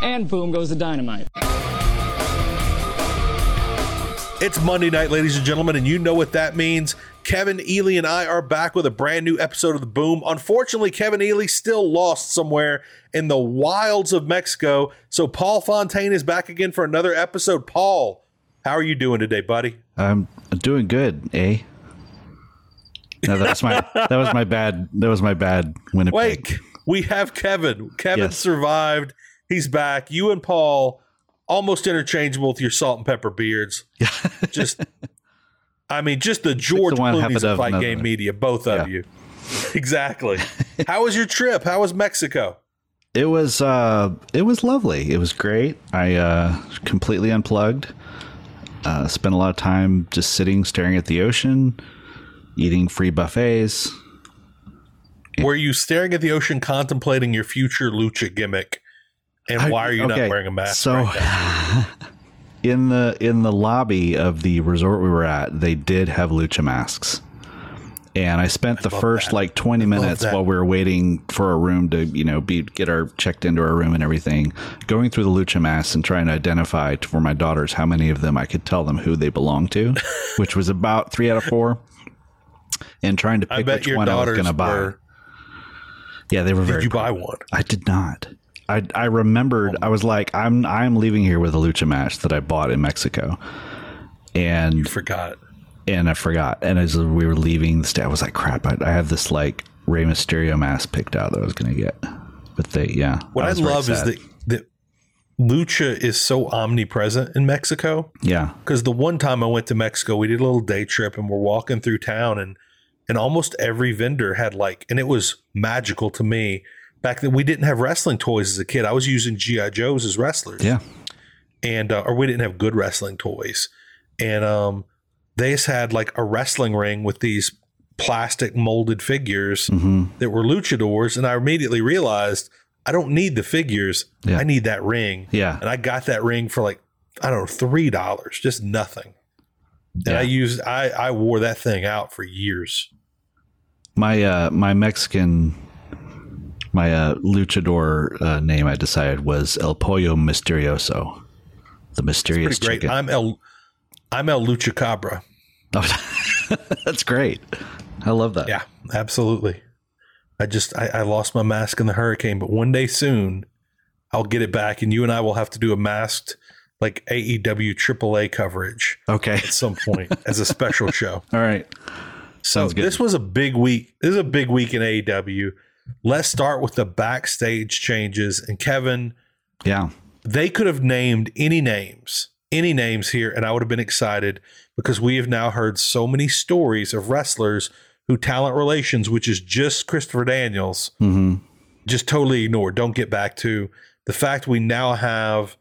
and boom goes the dynamite. It's Monday night, ladies and gentlemen, and you know what that means. Kevin Ely and I are back with a brand new episode of The Boom. Unfortunately, Kevin Ely still lost somewhere in the wilds of Mexico. So Paul Fontaine is back again for another episode. Paul, how are you doing today, buddy? I'm doing good, eh? No, that's my that was my bad that was my bad Winnipeg. Wait, we have Kevin. Kevin Yes. survived. He's back. You and Paul almost interchangeable with your salt and pepper beards. Yeah. Just, I mean, just the George one half a Clooney's of dozen Fight of Game them. Media, both of Yeah. you. Exactly. How was your trip? How was Mexico? It was uh it was lovely. It was great. I uh completely unplugged. Uh spent a lot of time just sitting staring at the ocean, eating free buffets. Were you staring at the ocean, contemplating your future lucha gimmick? And I- why are you okay, not wearing a mask? So right now? in the in the lobby of the resort we were at, they did have lucha masks. And I spent the first like 20 minutes that. while we were waiting for a room to, you know, be get our checked into our room and everything, going through the lucha masks and trying to identify t- for my daughters how many of them I could tell them who they belong to, which was about 3 out of 4. And trying to I pick bet which your one I was daughters going to buy. were. yeah, they were very Did you proud. buy one? I did not. I, I remembered I was like I'm I'm leaving here with a lucha match that I bought in Mexico, and Forgot. and I forgot. And as we were leaving the state, I was like, "Crap! I, I have this like Rey Mysterio mask picked out that I was gonna get." But they, yeah. What I, was very love is sad. that that lucha is so omnipresent in Mexico. yeah, Because the one time I went to Mexico, we did a little day trip and we're walking through town and and almost every vendor had like and it was magical to me. Back then we didn't have wrestling toys as a kid. I was using GI Joes as wrestlers yeah, and uh, or we didn't have good wrestling toys, and um, they just had like a wrestling ring with these plastic molded figures mm-hmm, that were luchadors, and I immediately realized I don't need the figures, Yeah. I need that ring, Yeah. and I got that ring for like I don't know three dollars, just nothing. And Yeah. I used I I wore that thing out for years. my uh my Mexican. My uh, luchador uh, name I decided was El Pollo Misterioso, the mysterious Pretty great. chicken. I'm El I'm El Lucha Cabra. That's great. I love that. Yeah, absolutely. I just I, I lost my mask in the hurricane, but one day soon I'll get it back, and you and I will have to do a masked like E AEW AAA coverage Okay. at some point as a special show. All right. So Sounds good. Oh, this was a big week. This is a big week in AEW. Let's start with the backstage changes. And Kevin, Yeah. they could have named any names, any names here, and I would have been excited because we have now heard so many stories of wrestlers who talent relations, which is just Christopher Daniels, Mm-hmm. just totally ignored. Don't get back to the fact we now have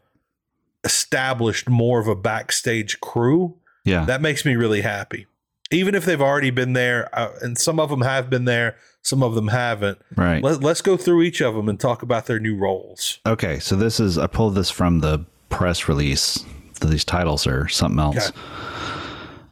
established more of a backstage crew. Yeah. That makes me really happy. Even if they've already been there, uh, and some of them have been there, some of them haven't. right. Let, let's go through each of them and talk about their new roles. Okay. So this is I pulled this from the press release. So these titles are something else. Okay.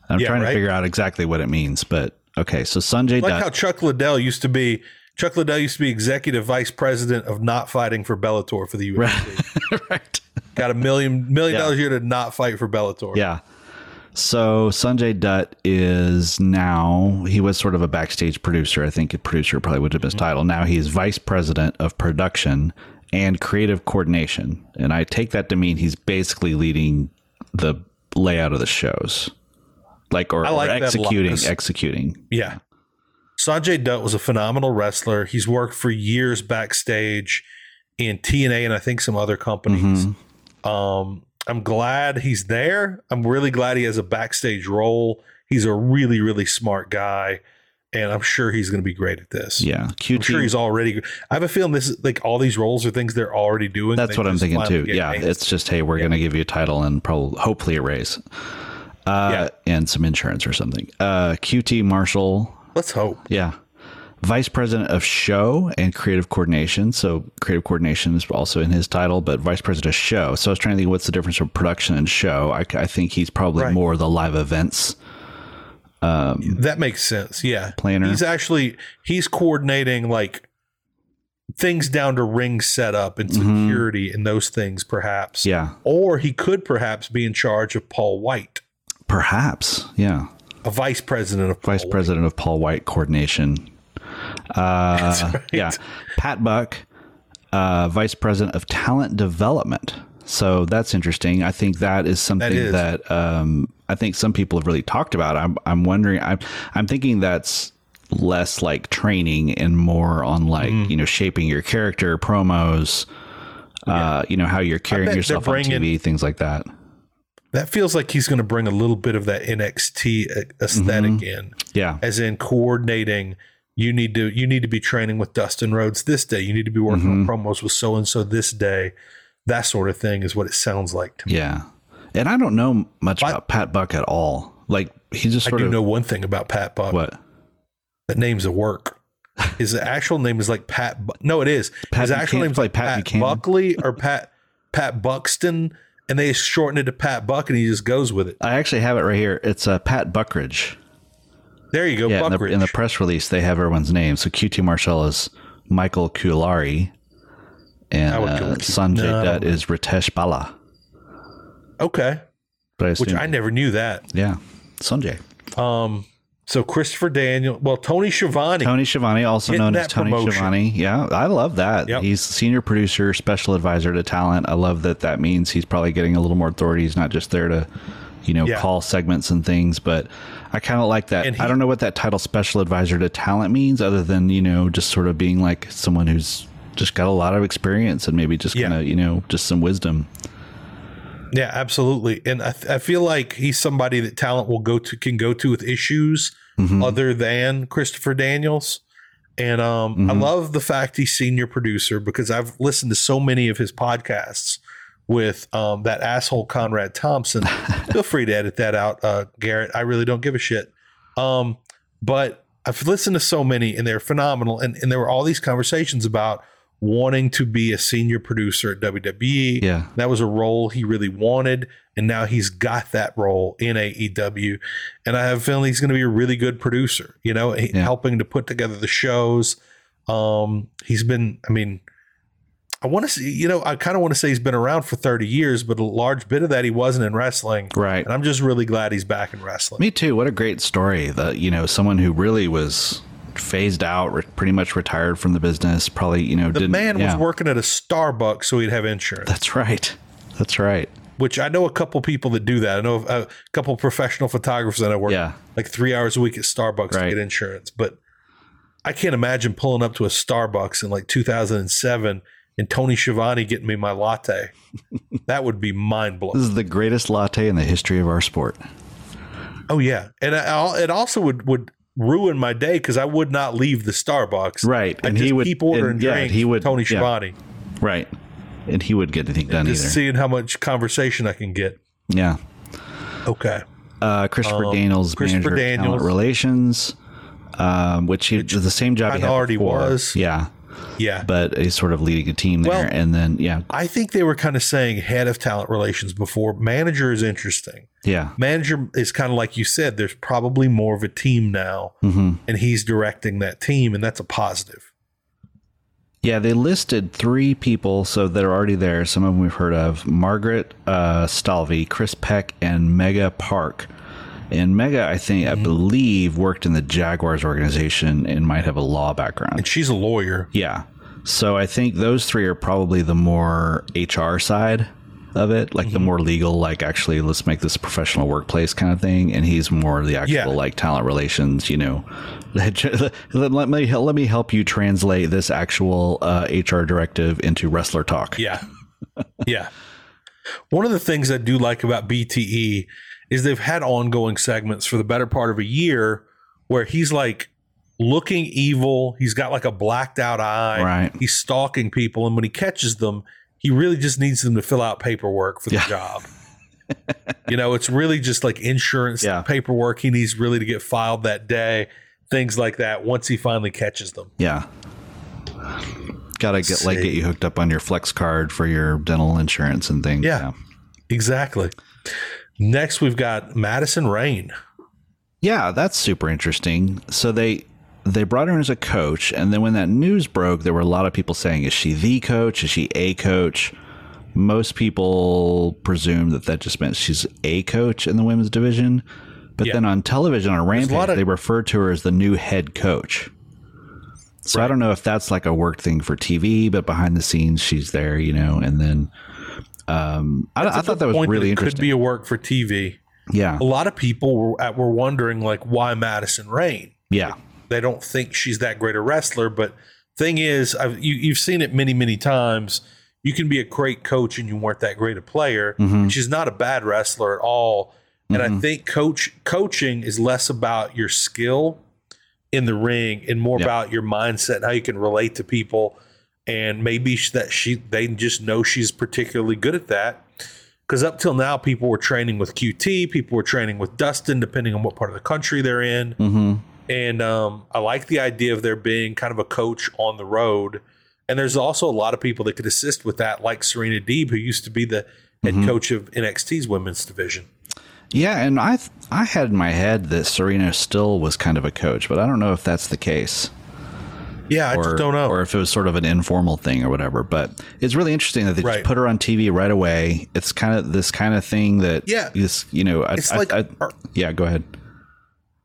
I'm Yeah, trying right? to figure out exactly what it means, but okay. So Sanjay like Dutt. how Chuck Liddell used to be. Chuck Liddell used to be executive vice president of not fighting for Bellator for the UFC. right. Got a million million Yeah. dollars a year to not fight for Bellator. Yeah. So Sanjay Dutt is now he was sort of a backstage producer. I think a producer probably would have been his Mm-hmm. title. Now he is vice president of production and creative coordination. And I take that to mean he's basically leading the layout of the shows. Like or, I like that a or lot, executing 'cause- executing. Yeah. Sanjay Dutt was a phenomenal wrestler. He's worked for years backstage in TNA and I think some other companies. Mm-hmm. Um, I'm glad he's there. I'm really glad he has a backstage role. He's a really, really smart guy, and I'm sure he's going to be great at this. Yeah. I'm sure QT he's already. I have a feeling this is like all these roles are things they're already doing. That's They what I'm just thinking finally too. get Yeah, names. it's just hey, we're going to give you a title and probably hopefully a raise, uh, and some insurance or something. Uh, QT Marshall, let's hope. yeah, vice president of show and creative coordination. So creative coordination is also in his title, but vice president of show. So I was trying to think what's the difference from production and show. I, I think he's probably Right. more the live events. That makes sense. Yeah, Planner. He's actually he's coordinating like things down to ring setup and Mhm. security and those things, perhaps. Yeah. Or he could perhaps be in charge of Paul White, Perhaps. Yeah. a vice president of Paul Vice President of Paul White Coordination. Uh, Yeah. Pat Buck, uh, Vice President of Talent Development. So that's interesting. I think that is something that, is. um, I think some people have really talked about. I'm, I'm wondering, I'm, I'm thinking that's less like training and more on like, Mm. you know, shaping your character, promos, uh, you know, how you're carrying bet yourself they're on bringing- TV, things like that. That feels like he's going to bring a little bit of that NXT esthetic uh, Mm-hmm. in, Yeah. as in coordinating. You need to you need to be training with Dustin Rhodes this day. You need to be working Mm-hmm. on promos with so and so this day. That sort of thing is what it sounds like to me. Yeah. And I don't know much about Pat Buck at all. Like he just I sort do of know one thing about Pat Buck. what? That name's a work. His actual name is like Pat. Bu- no, it is. Pat His actual Buchan- name's like like Pat Pat, Buchanan? Buckley or Pat Pat Buxton, and they shortened it to Pat Buck, and he just goes with it. I actually have it right here. It's uh, Pat Buckridge. There you go, Yeah, in the, Oh, Buckridge. in the press release, they have everyone's name. So QT Marshall is Michael Kulari, and I would go uh, with- Sanjay no, I Dutt don't is Ritesh Bala. okay, But I which assume- I never knew that. yeah, Sanjay. Um, so Christopher Daniel, well, Tony Schiavone. Tony Schiavone, also Getting known as that Tony promotion. Schiavone. Yeah, I love that. Yep. He's senior producer, special advisor to talent. I love that that means he's probably getting a little more authority. He's not just there to, you know, Yeah. call segments and things, but I kind of like that. And he- I don't know what that title special advisor to talent means other than, you know, just sort of being like someone who's just got a lot of experience and maybe just Yeah. kind of, you know, just some wisdom. Yeah, absolutely. And I, I feel like he's somebody that talent will go to can go to with issues Mm-hmm. other than Christopher Daniels. And um, Mm-hmm. I love the fact he's senior producer because I've listened to so many of his podcasts with um, that asshole Conrad Thompson. feel free to edit that out, uh, Garrett. I really don't give a shit. Um, but I've listened to so many and they're phenomenal. And, and there were all these conversations about wanting to be a senior producer at WWE. Yeah. That was a role he really wanted, and now he's got that role in AEW. And I have a feeling he's going to be a really good producer, you know, he- Yeah. helping to put together the shows. Um, he's been, I mean, I want to see, you know, I kind of want to say he's been around for 30 years, but a large bit of that he wasn't in wrestling. Right. And I'm just really glad he's back in wrestling. Me too. What a great story. The you know someone who really was phased out, re- pretty much retired from the business. Probably you know the didn't, man yeah. was working at a Starbucks so he'd have insurance, That's right. That's right. which I know a couple people that do that. I know uh, a couple professional photographers that I work Yeah. like three hours a week at Starbucks Right. to get insurance. But I can't imagine pulling up to a Starbucks in like 2007 and Tony Schiavone getting me my latte. that would be mind blowing. This is the greatest latte in the history of our sport. Oh yeah, and I, I'll, it also would would ruin my day because I would not leave the Starbucks. Right, I and just he would- keep ordering and, yeah, drinks. he would- with Tony yeah. Schiavone, Right. And he would get anything done either. just seeing how much conversation I can get. yeah. Okay, Uh, Christopher Daniels, Um, Christopher manager of Daniels. talent relations, um, which he the same job he kinda had already before. was. Yeah, yeah. but he's sort of leading a team there, Well- and then yeah, I think they were kind of saying head of talent relations before. Manager is interesting. yeah, Manager is kind of like you said. There's probably more of a team now, Mm-hmm. and he's directing that team, and that's a positive. yeah. They listed three people, so they're already there. Some of them we've heard of: Margaret uh, Stalvey, Chris Peck, and Mega Park. And Mega, I think, I believe, worked in the Jaguars organization and might have a law background. And she's a lawyer. Yeah. So I think those three are probably the more HR side of it, like the Mm-hmm. more legal, like actually let's make this a professional workplace kind of thing. And he's more the actual Yeah. like talent relations, you know. let, let me let me help you translate this actual uh, HR directive into wrestler talk. Yeah. Yeah. One of the things I do like about BTE is they've had ongoing segments for the better part of a year where he's like looking evil. He's got like a blacked out eye. Right. He's stalking people. And when he catches them, he really just needs them to fill out paperwork for the Yeah. job. you know, it's really just like insurance Yeah. paperwork he needs really to get filed that day, things like that once he finally catches them. Yeah. Gotta get like see. get you hooked up on your flex card for your dental insurance and things. Yeah. Exactly. Next, we've got Madison Rain. Yeah, that's super interesting. So they they brought her in as a coach, and then when that news broke, there were a lot of people saying, "Is she the coach? Is she a coach?" Most people presume that that just meant she's a coach in the women's division. But Yeah. then on television on a lot Rampage, of- they referred to her as the new head coach. So I don't know if that's like a work thing for TV, but behind the scenes, she's there, you know. And then um, I, I thought that was Point really it could interesting. be a work for TV. yeah, A lot of people were at, were wondering like why Madison Rain. yeah, They don't think she's that great a wrestler, but thing is, I've, you, you've seen it many many times. You can be a great coach and you weren't that great a player. Mhm. She's not a bad wrestler at all. And I think coach coaching is less about your skill in the ring and more Yeah. about your mindset and how you can relate to people. And maybe sh- that she they just know she's particularly good at that. Because up till now, people were training with QT, people were training with Dustin, depending on what part of the country they're in. hmm And um, I like the idea of there being kind of a coach on the road. And there's also a lot of people that could assist with that, like Serena Deeb, who used to be the head coach of NXT's women's division. yeah. And I, th- I had in my head that Serena still was kind of a coach, but I don't know if that's the case. Yeah, I just don't know. or if it was sort of an informal thing or whatever. But it's really interesting that they Right. just put her on TV right away. It's kind of this kind of thing that Yeah. this you know, I, It's I- like- I- yeah, go ahead.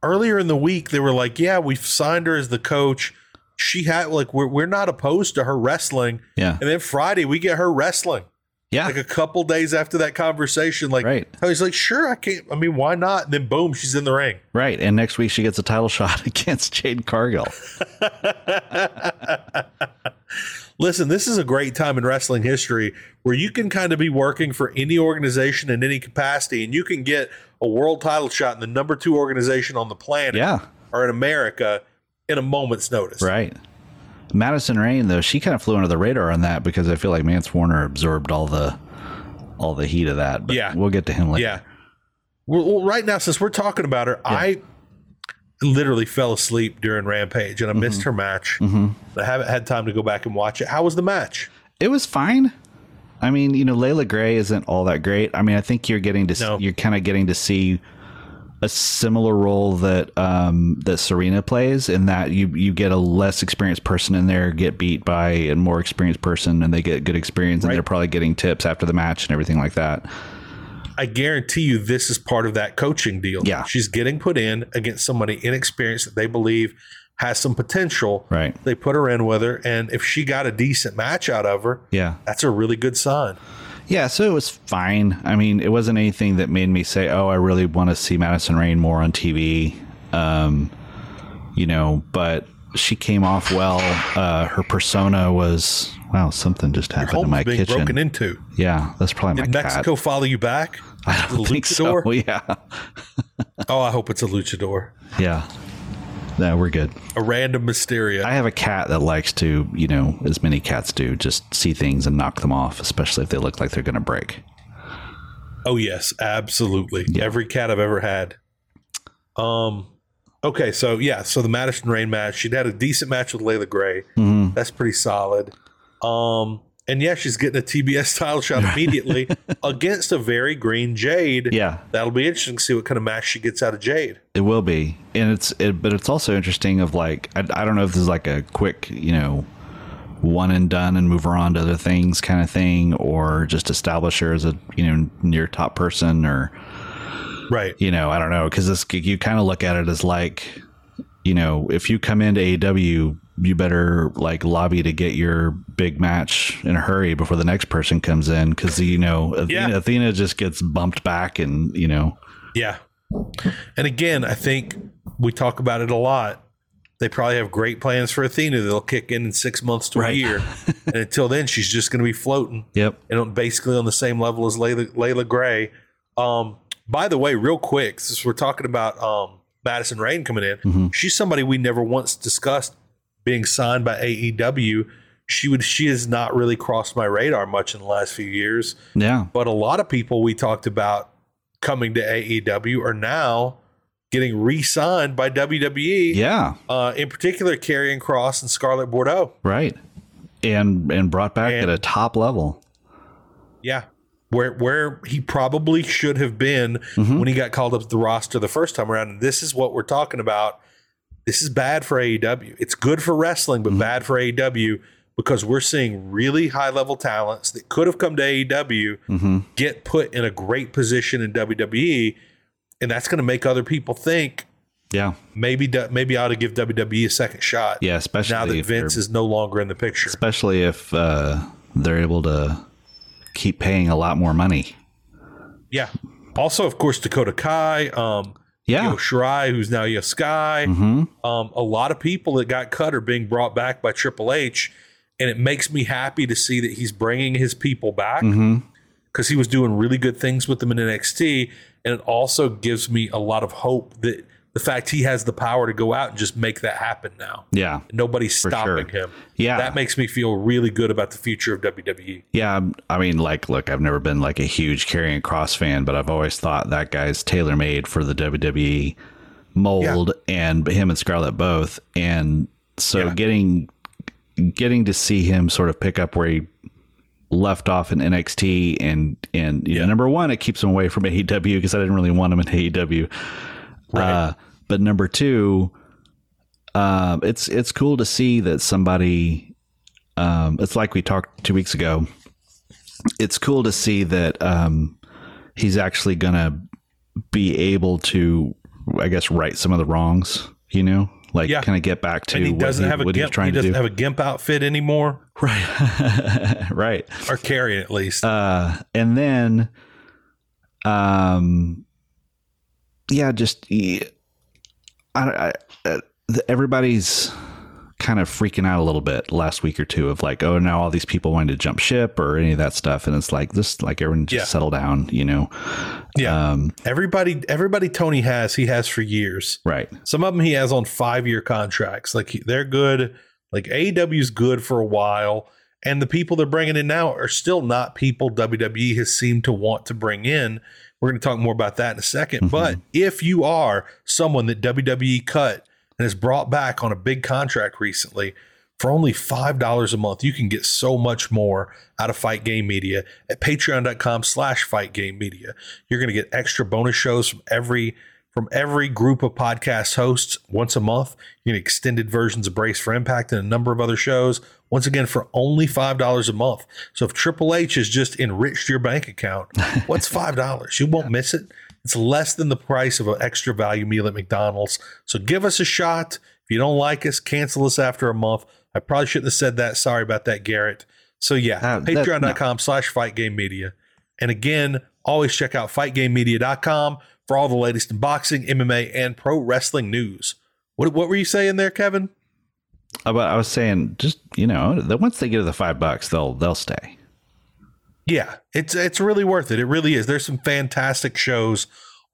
Earlier in the week, they were like, "Yeah, we've signed her as the coach. She had like we're we're not opposed to her wrestling." Yeah, And then Friday, we get her wrestling. yeah, Like a couple days after that conversation, like Right. I was like, "Sure, I can't. I mean, why not?" And then boom, she's in the ring. right. And next week she gets a title shot against Jade Cargill. Listen, this is a great time in wrestling history where you can kind of be working for any organization in any capacity and you can get a world title shot in the number two organization on the planet Yeah, or in America in a moment's notice. right. Madison Rain though, she kind of flew under the radar on that because I feel like Mance Warner absorbed all the all the heat of that. But Yeah. we'll get to him later. Yeah. Well, well, right now, since we're talking about her, I literally fell asleep during Rampage Mm-hmm. and I missed her match. I haven't had time to go back and watch it. How was the match? it was fine. I mean, you know, Layla Gray isn't all that great. I mean, I think you're getting to No. you're kind of getting to see a similar role that um, that Serena plays in that you you get a less experienced person in there get beat by a more experienced person and they get good experience and they're probably getting tips after the match and everything like that. I guarantee you this is part of that coaching deal. Yeah. She's getting put in against somebody inexperienced that they believe has some potential. Right. They put her in with her. And if she got a decent match out of her, Yeah. that's a really good sign. Yeah, so it was fine. I mean, it wasn't anything that made me say, "Oh, I really want to see Madison Rain more on TV." Um, you know, but she came off well. Uh, her persona was wow. Something just happened in Home's my being kitchen. broken into. yeah, that's probably Did my Mexico follow you back? cat. I don't think so. luchador? Yeah, Oh, I hope it's a luchador. yeah. No, we're good. A random Mysterio. I have a cat that likes to, you know, as many cats do, just see things and knock them off, especially if they look like they're going to break. Oh yes, absolutely. Every cat I've ever had. Um okay, so yeah, so the Madison Rain match, she'd had a decent match with Layla Gray. Mm-hmm. That's pretty solid. Um and yeah, she's getting a TBS title shot immediately against a very green Jade. Yeah, That'll be interesting to see what kind of match she gets out of Jade. It will be, and it's it, but it's also interesting. Of like, I, I don't know if this is like a quick, you know, one and done and move her on to other things kind of thing, or just establish her as a you know near top person, or Right. you know, I don't know, because this you kind of look at it as like, you know, if you come into AEW, you better like lobby to get your big match in a hurry before the next person comes in, because you know, Athena, Yeah. Athena just gets bumped back, and you know, Yeah. And again, I think we talk about it a lot. They probably have great plans for Athena. They'll kick in in six months to Right. a year. and until then, she's just going to be floating. yep, and on- basically on the same level as Layla, Layla Gray. Um, by the way, real quick, since we're talking about um, Madison Rain coming in, she's somebody we never once discussed being signed by AEW. She would she has not really crossed my radar much in the last few years, yeah, but a lot of people we talked about coming to AEW are now getting re-signed by WWE. yeah. Uh, in particular, Karrion Cross and Scarlett Bordeaux. Right. And and brought back And- at a top level. Yeah. Where where he probably should Mm-hmm. have been when he got called up to the roster the first time around. And this is what we're talking about. this is bad for AEW. It's good for wrestling, Mm-hmm. but bad for AEW because we're seeing really high level talents that could have come to AEW Mm-hmm. get put in a great position in WWE, and that's going to make other people think Yeah. maybe du- maybe I ought to give WWE a second shot. Yeah. Especially Now that if they're- Vince is no longer in the picture, especially if uh, they're able to keep paying a lot more money. yeah. Also, of course, Dakota Kai, um, Yeah. Mm-hmm. Io Shirai, who's now Io Sky. Um, a lot of people that got cut are being brought back by Triple H, and it makes me happy to see that he's bringing his people back because Mm-hmm. he was doing really good things with them in NXT, and it also gives me a lot of hope that the fact he has the power to go out and just make that happen now. Yeah. Nobody's stopping sure. him. Yeah. that makes me feel really good about the future of E. WWE. Yeah, I'm- I mean, like, look, I've never been like a huge Karrion Cross fan, but I've always thought that guy's tailor made for the WWE mold, and him and Scarlett both, and so getting getting to see him sort of pick up where he left off in NXT, and and you know, number one, it keeps him away from AEW because I didn't really want him in AEW, uh, but number two, um, it's it's cool to see that somebody. Um, it's like we talked two weeks ago. It's cool to see that um, he's actually gonna be able to, I guess, right some of the wrongs. You know, like Yeah. kind of get back to And he what doesn't he, have a what he was gimp. trying He to doesn't do. have a gimp outfit anymore, right, right. or carry at least. Uh, and then, um, yeah, just y- I, I- uh, the- everybody's kind of freaking out a little bit last week or two of like, oh, now all these people wanting to jump ship or any of that stuff, and it's like this, like everyone just Yeah. settle down, you know? yeah, Um, everybody, everybody. Tony has he has for years. right, Some of them he has on five year contracts. Like he- they're good. Like AEW's good for a while. And the people they're bringing in now are still not people WWE has seemed to want to bring in. We're going to talk more about that in a 2nd But if you are someone that WWE cut and has brought back on a big contract recently, for only $5 a month, you can get so much more out of Fight Game Media at patreon.com slash Fight Game Media. You're going to get extra bonus shows from every from every group of podcast hosts once a month. You get extended versions of Brace for Impact and a number of other shows. Once again, for only $5 a month. So if Triple H has just enriched your bank account, what's $5? You won't miss it. It's less than the price of an extra value meal at McDonald's. So give us a shot. If you don't like us, cancel us after a month. I probably shouldn't have said that. Sorry about that, Garrett. So yeah, Uh, that- patreon.com slash fight game media. And again, always check out fightgamemedia.com for all the latest in boxing, MMA, and pro wrestling news. What, what were you saying there, Kevin? Uh, but I was saying, just you know, that once they get to the five bucks, they'll they'll stay. Yeah, it's it's really worth it. It really is. There's some fantastic shows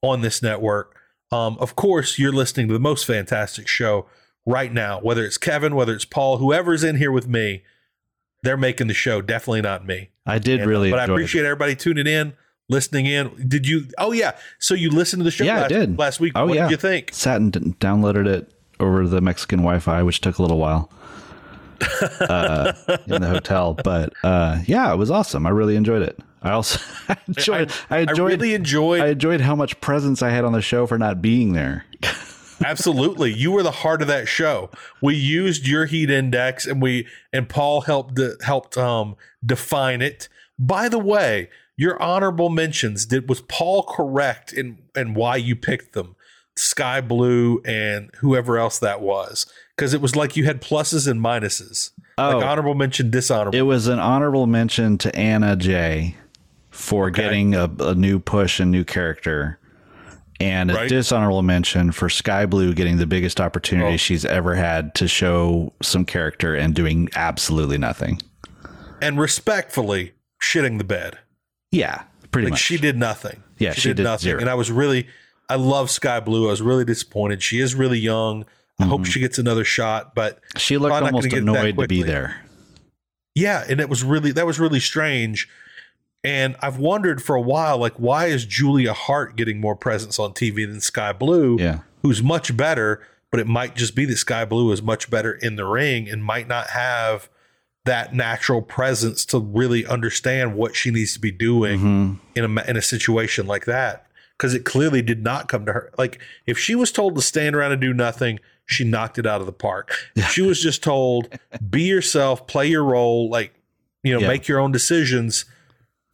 on this network. Um, of course, you're listening to the most fantastic show right now. Whether it's Kevin, whether it's Paul, whoever's in here with me, they're making the show. Definitely not me. uh, I did really, but I enjoy it. appreciate everybody tuning in, listening in. Did you? Oh yeah. So you listened to the show? Yeah, I last, did. last week. Oh, what yeah. did you think? sat and d- downloaded it over the Mexican Wi-Fi, which took a little while uh, in the hotel. But uh, yeah, it was awesome. I really enjoyed it. I also I enjoyed. I, enjoyed. I really enjoyed. I enjoyed how much presence I had on the show for not being there. Absolutely. You were the heart of that show. We used your heat index and we and Paul helped de- helped um define it. By the way, your honorable mentions did was Paul correct in and why you picked them? Sky Blue and whoever else that was. Cuz it was like you had pluses and minuses. Oh. Like honorable mention, dishonorable. It was an honorable mention to Anna J for getting a, a new push and new character, and a Right. dishonorable mention for Sky Blue getting the biggest opportunity Oh. she's ever had to show some character and doing absolutely nothing. and respectfully, shitting the bed. Yeah, pretty Like much. she did nothing. Yeah, she did nothing. zero. And I was really, I love Sky Blue. I was really disappointed. She is really young. I Mm-hmm. hope she gets another shot. But she looked probably not almost gonna get that annoyed to be quickly. there. yeah, and it was really that was really strange. And I've wondered for a while, like, why is Julia Hart getting more presence on TV than Sky Blue, Yeah. who's much better? But it might just be that Sky Blue is much better in the ring and might not have that natural presence to really understand what she needs to be doing Mm-hmm. in a ma- in a situation like that because it clearly did not come to her. Like if she was told to stand around and do nothing, She knocked it out of the park. She was just told, be yourself, play your role, like, you know, Yeah. make your own decisions.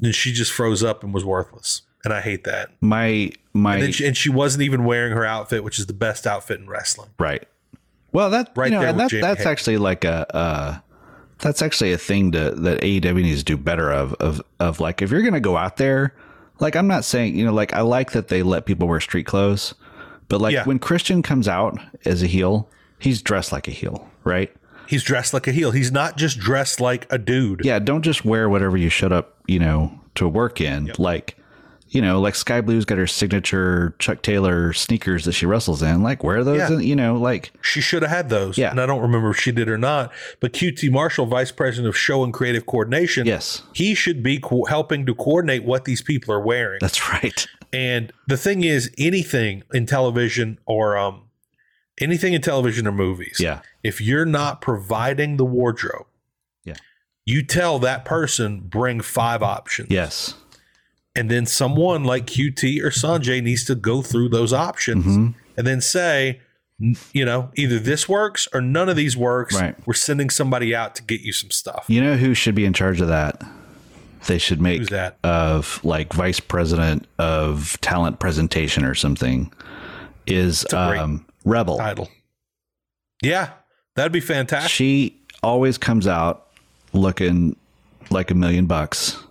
And she just froze up and was worthless. And I hate that. My my And, then she, and she wasn't even wearing her outfit, which is the best outfit in wrestling. Right. Well, that Right you know, there and with that, Jamie that's Hayter. actually like a uh, that's actually a thing to, that AEW needs to do better of of of like if you're gonna go out there, like I'm not saying you know like I like that they let people wear street clothes, but like Yeah. when Christian comes out as a heel, he's dressed like a heel, right? He's dressed like a heel. He's not just dressed like a dude. Yeah, don't just wear whatever you showed up, you know, to work in. Like, you know, like Sky Blue's got her signature Chuck Taylor sneakers that she wrestles in. Like, wear those, Yeah. and, you know, like She should have had those. Yeah. And I don't remember if she did or not. But QT Marshall, vice president of show and creative coordination, yes, he should be co- helping to coordinate what these people are wearing. that's right. And the thing is, anything in television or um, anything in television or movies, Yeah. if you're not providing the wardrobe, Yeah. you tell that person bring five options. Yes. And then someone like QT or Sanjay needs to go through those options Mm-hmm. and then say, n- you know, either this works or none of these works. Right. We're sending somebody out to get you some stuff. You know who should be in charge of that? They should make Who's that? of like vice president of talent presentation or something is a great um, Rebel. Title. Yeah, that'd be fantastic. She always comes out looking like a million bucks.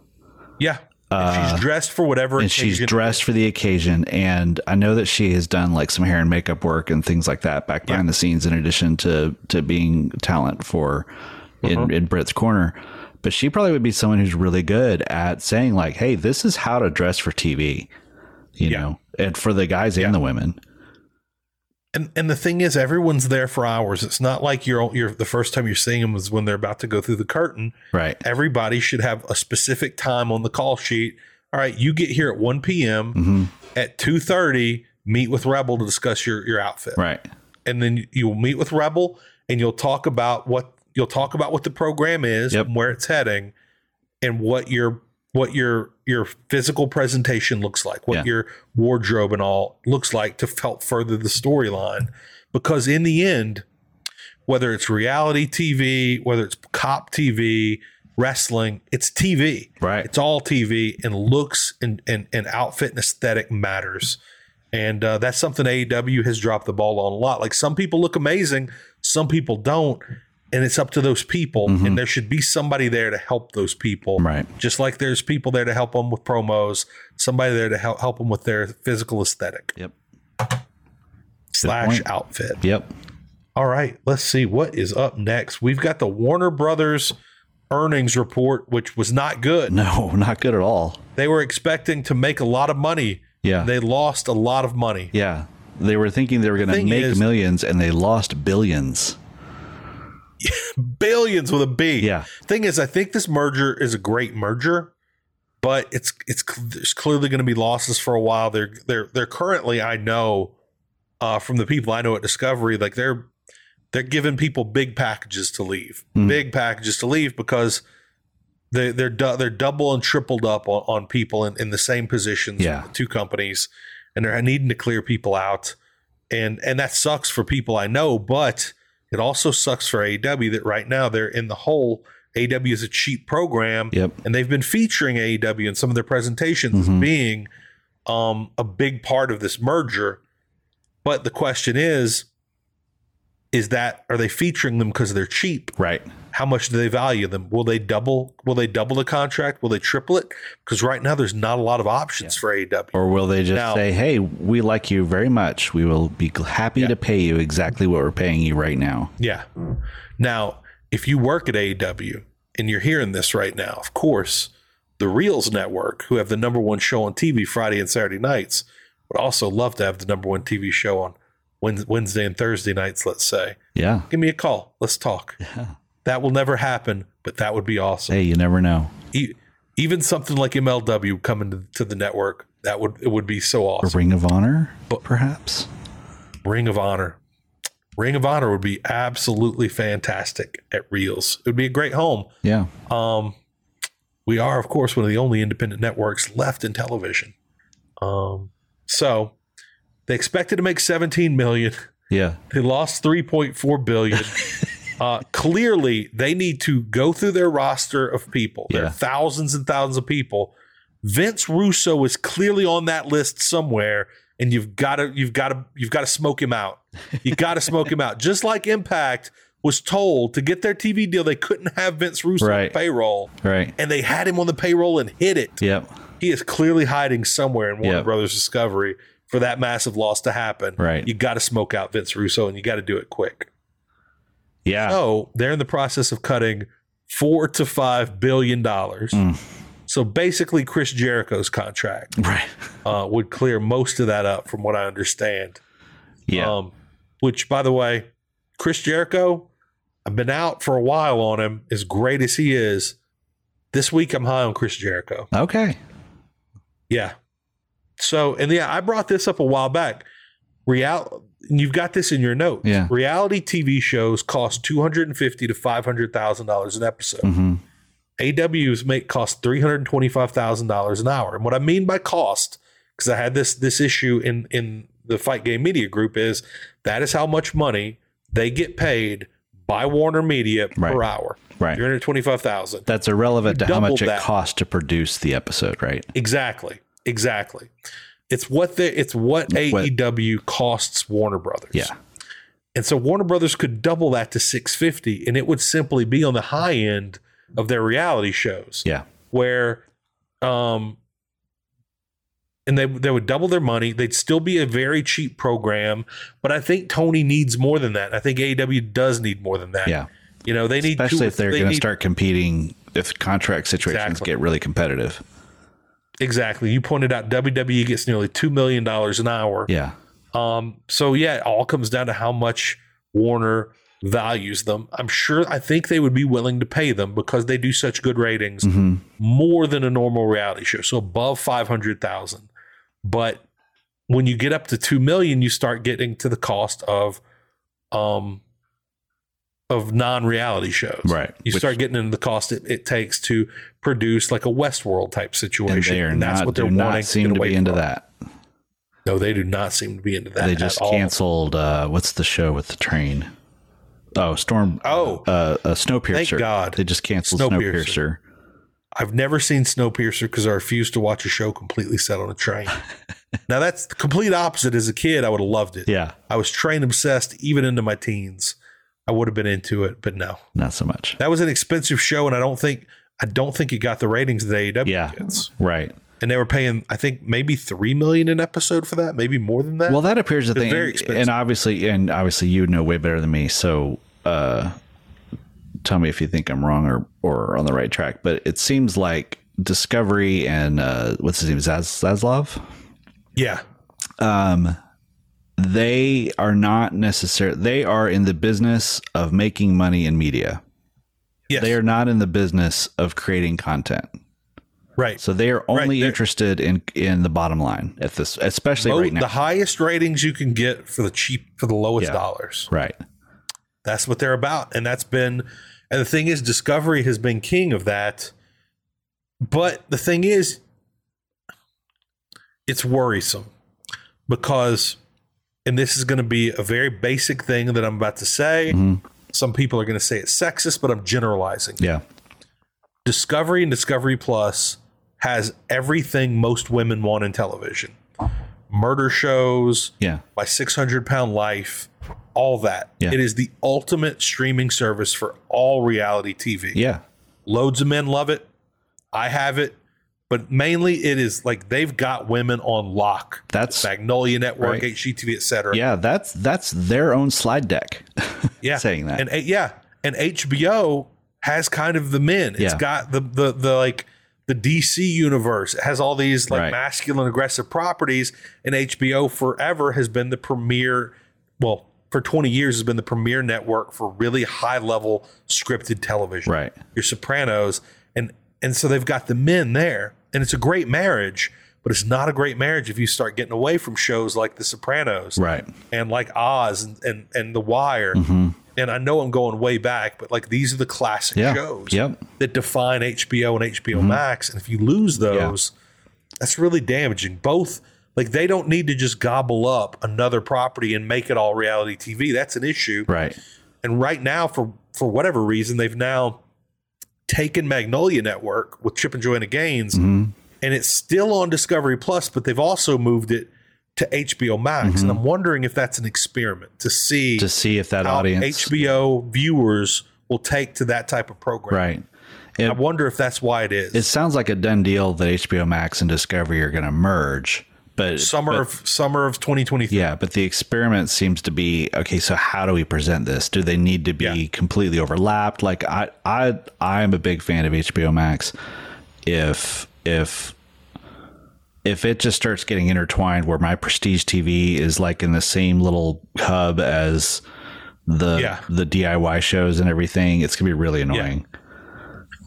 Yeah. And she's dressed for whatever Uh, And she's occasion. dressed for the occasion. And I know that she has done like some hair and makeup work and things like that back behind the scenes, in addition to to being talent for Mm-hmm. in, in Brit's Corner. But she probably would be someone who's really good at saying like, "Hey, this is how to dress for TV," you Yeah. know, and for the guys and the women. And and the thing is, everyone's there for hours. It's not like you're you're the first time you're seeing them is when they're about to go through the curtain. Right. Everybody should have a specific time on the call sheet. All right, you get here at one p.m. At two thirty, meet with Rebel to discuss your your outfit, Right. and then you'll meet with Rebel and you'll talk about what you'll talk about what the program is Yep. and where it's heading, and what your what your your physical presentation looks like, what Yeah. your wardrobe and all looks like to help further the storyline. Because in the end, whether it's reality TV, whether it's cop TV, wrestling, it's TV. Right. It's all TV, and looks and and, and outfit and aesthetic matters. And uh, that's something AEW has dropped the ball on a lot. Like some people look amazing, some people don't. And it's up to those people. And there should be somebody there to help those people. Mm-hmm. Right. Just like there's people there to help them with promos, somebody there to help, help them with their physical aesthetic Yep. slash point. outfit. Yep. All right, let's see what is up next. We've got the Warner Brothers earnings report, which was not good. No, not good at all. They were expecting to make a lot of money. Yeah. They lost a lot of money. yeah. They were thinking they were going to Thing make is- millions, and they lost billions. Billions with a B. Yeah. Thing is, I think this merger is a great merger, but it's it's cl- there's clearly going to be losses for a while. They're they're they're currently, I know, uh, from the people I know at Discovery, like they're they're giving people big packages to leave, big packages to leave because they they're du- they're double and tripled up on, on people in, in the same positions. Yeah. with the two companies, and they're needing to clear people out, and and that sucks for people I know, but it also sucks for AEW that right now they're in the hole. AEW is a cheap program, Yep. and they've been featuring AEW in some of their presentations as being um, a big part of this merger. But the question is, is that are they featuring them because they're cheap? Right. How much do they value them? Will they double? Will they double the contract? Will they triple it? Because right now there's not a E lot of options for AEW. Or will they just Now- say, "Hey, we like you very much. We will be gl- happy to pay you exactly what we're paying you right now." Yeah. Now, if you work at AEW and you're hearing this right now, of course, the Reels Network, who have the number one show on TV Friday and Saturday nights, would also love to have the number one TV show on Wed- Wednesday and Thursday nights, let's say. Yeah. Give me a call. Let's talk. That will never happen, but that would be awesome. Hey, you never know. E- even something like MLW coming to, to the network, that would it would be so A awesome. Ring of Honor, perhaps. Ring of Honor. Ring of Honor would be absolutely fantastic at Reels. It would be a great home. Yeah. Um, we are, of course, one of the only independent networks left in television. Um, so they expected to make 17 million. Yeah. They lost 3.4 billion. uh, clearly, they need to go through their roster of people. There Yeah. are thousands and thousands of people. Vince Russo is clearly on that list somewhere, and you've got to you've got to you've got to smoke him out. You got to smoke him out. Just like Impact was told to get their TV deal, they couldn't have Vince Russo on Right. payroll, Right. and they had him on the payroll and hit it Yep. he is clearly hiding somewhere in Warner Yep. Brothers Discovery for that massive loss to happen. Right. You got to smoke out Vince Russo and you got to do it quick. Yeah. So they're in the process of cutting four to five billion dollars. Mm. So basically, Chris Jericho's contract Right. uh, would clear most of that up, from what I understand. Yeah. Um, which, by the way, Chris Jericho, I've been out for a while on him. As great as he is, this week I'm high on Chris Jericho. okay. Yeah. So, and yeah, I brought this up a while back. Real, and you've got this in your notes. Yeah. Reality TV shows cost two hundred and fifty to five hundred thousand dollars an episode. hmm AWs make cost three hundred twenty five thousand dollars an hour. And what I mean by cost, because I had this this issue in in the Fight Game Media Group, is that is how much money they get paid by Warner Media per Right. hour. Right. Three hundred twenty five thousand. That's irrelevant to how doubled much it that. costs to produce the episode, right? Exactly. Exactly. It's what the it's what AEW costs Warner Brothers. Yeah. And so Warner Brothers could double that to 650 and it would simply be on the high end of their reality shows Yeah. where um and they they would double their money. They'd still be a very cheap program, but I think Tony needs more than that. I think AEW does need more than that. Yeah. You know, they need two Especially or if they're they going to need- start competing, if contract situations Exactly. get really competitive. Exactly. You pointed out WWE gets nearly 2 million dollars an hour. Yeah. Um, so yeah, it all comes down to how much Warner values them. I'm sure I think they would be willing to pay them because they do such good ratings, Hmm. more than a normal reality show. So above five hundred thousand. But when you get up to two million, you start getting to the cost of um of non-reality shows. Right. You Which- start getting into the cost it, it takes to produce like a Westworld type And situation. they are and not, do not seem to away be into from. that. No, they do not seem to be into that. They at just all. canceled, uh, what's the show with the train? Oh, Storm. Oh. Uh, uh, Snowpiercer. God. They just canceled Snowpiercer. Snowpiercer. I've never seen Snowpiercer because I refuse to watch a show completely set on a train. now that's the complete opposite. As a kid, I would have loved it. Yeah. I was train obsessed even into my teens. I would have been into it, but no. Not so much. That was an expensive show, and I don't think I don't think it got the ratings that AEW Yeah. gets. Right. And they were paying, I think, maybe three million an episode for that, maybe more than that. Well, that appears that They're they very expensive. and obviously and obviously you know way better than me. So uh, tell me if you think I'm wrong or or on the right track. But it seems like Discovery and uh, what's his name Zaz, Zaslav, Um, yeah, they are not necessary. They are in the business of making money in media. yes, They are not in the business of creating content. right. So they are only they're- interested in in the bottom line at this, especially Mo- right now. the highest ratings you can get for the cheap for the lowest Yeah. dollars. right. That's what they're about. And that's been, and the thing is, Discovery has been king of that. But the thing is, it's worrisome because, and this is going to be a very basic thing that I'm about to say. Some people are going to say it's sexist, but I'm generalizing. Yeah. Discovery and Discovery Plus has everything most women want in television murder shows, Yeah. my 600 pound life, all that. Yeah. It is the ultimate streaming service for all reality TV. Yeah. Loads of men love it. I have it. But mainly it is like they've got women on lock. That's Magnolia Network, Right. HGTV, et cetera. Yeah, that's that's their own slide deck. yeah. saying that. And uh, yeah, and HBO has kind of the men. It's Yeah. got the the the like the DC universe. It has all these like Right. masculine aggressive properties, and HBO forever has been the premier. Well, for twenty years has been the premier network for really high level scripted television. Right. Your Sopranos, and and so they've got the men there, and it's a great marriage. But it's not a great marriage if you start getting away from shows like The Sopranos Right. and like Oz and and, and The Wire. Mm-hmm. And I know I'm going way back, but like these are the classic Yeah. shows Yep. Mm-hmm. that define HBO and HBO Max. And if you lose those, that's really damaging. Both Like they don't need to just gobble up another property and make it all reality TV. That's an issue. Right. And right now, for for whatever reason, they've now taken Magnolia Network with Chip and Joanna Gaines, Mm-hmm. and it's still on Discovery Plus, but they've also moved it to HBO Max. And I'm wondering if that's an experiment to see Mm-hmm. To see if that how audience. HBO viewers will take to that type of program. right. It, I wonder if that's why it is. it sounds like a done deal that HBO Max and Discovery are going to merge. But summer of summer of 2023. Yeah, but the experiment seems to be okay. So how do we present this? Do they need to be Yeah. completely overlapped? Like I, I, I'm a big fan of HBO Max. If if if it just starts getting intertwined, where my prestige TV is like in the same little hub as the Yeah. the DIY shows and everything, it's gonna be really annoying.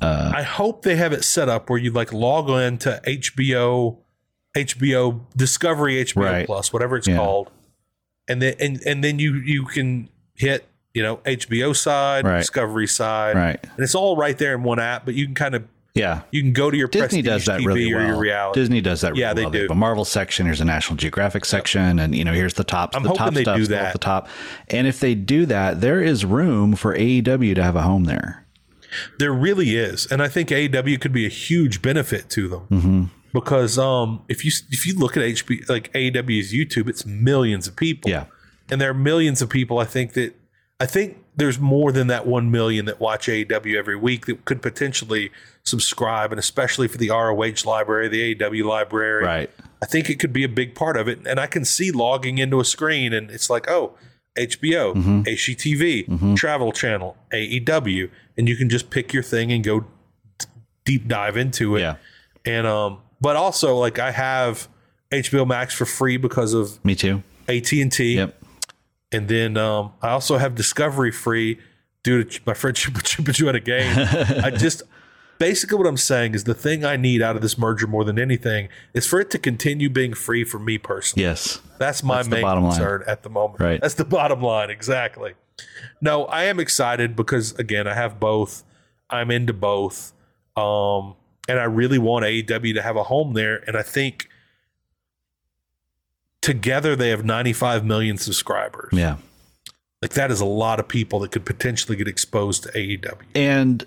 I hope they have it set up where you like log in to HBO, HBO Discovery, HBO Right. Plus, whatever it's Yeah. called, and then and and then you you can hit you know HBO side, Right. Discovery side, Right? and it's all right there in one app. But you can kind of Yeah. you can go to your Disney Prestige does that TV really or well. your reality. Disney does that. Yeah, really they well. do. have a Marvel section. Here's a National Geographic section, and you know here's the top. I'm the hoping top they stuff, do still at that. The top, and if they do that, there is room for AEW to have a home there. There really is, and I think AEW could be a huge benefit to them Mm-hmm. because um, if you if you look at HB like AEW's YouTube, it's millions of people. Yeah. and there are millions of people. I think that I think there's more than that one million that watch AEW every week that could potentially subscribe, and especially for the ROH library, the AEW library. Right. I think it could be a big part of it. And I can see logging into a screen and it's like, oh, HBO, Mm-hmm. HGTV, Travel Channel, AEW, and you can just pick your thing and go d- deep dive into it. Yeah. And um, but also like I have HBO Max for free because of Me too. AT and T, Yep. and then um, I also have Discovery free due to ch- my friendship with Chip and Joanna Gaines. I just basically what I'm saying is the thing I need out of this merger more than anything is for it to continue being free for me personally. Yes. That's my That's the main bottom line. concern at the moment. Right. That's the bottom line. Exactly. No, I am excited because again, I have both. I'm into both. Um, and I really want AEW to have a home there. And I think together they have 95 million subscribers. Yeah. Like that is a lot of people that could potentially get exposed to E AEW. And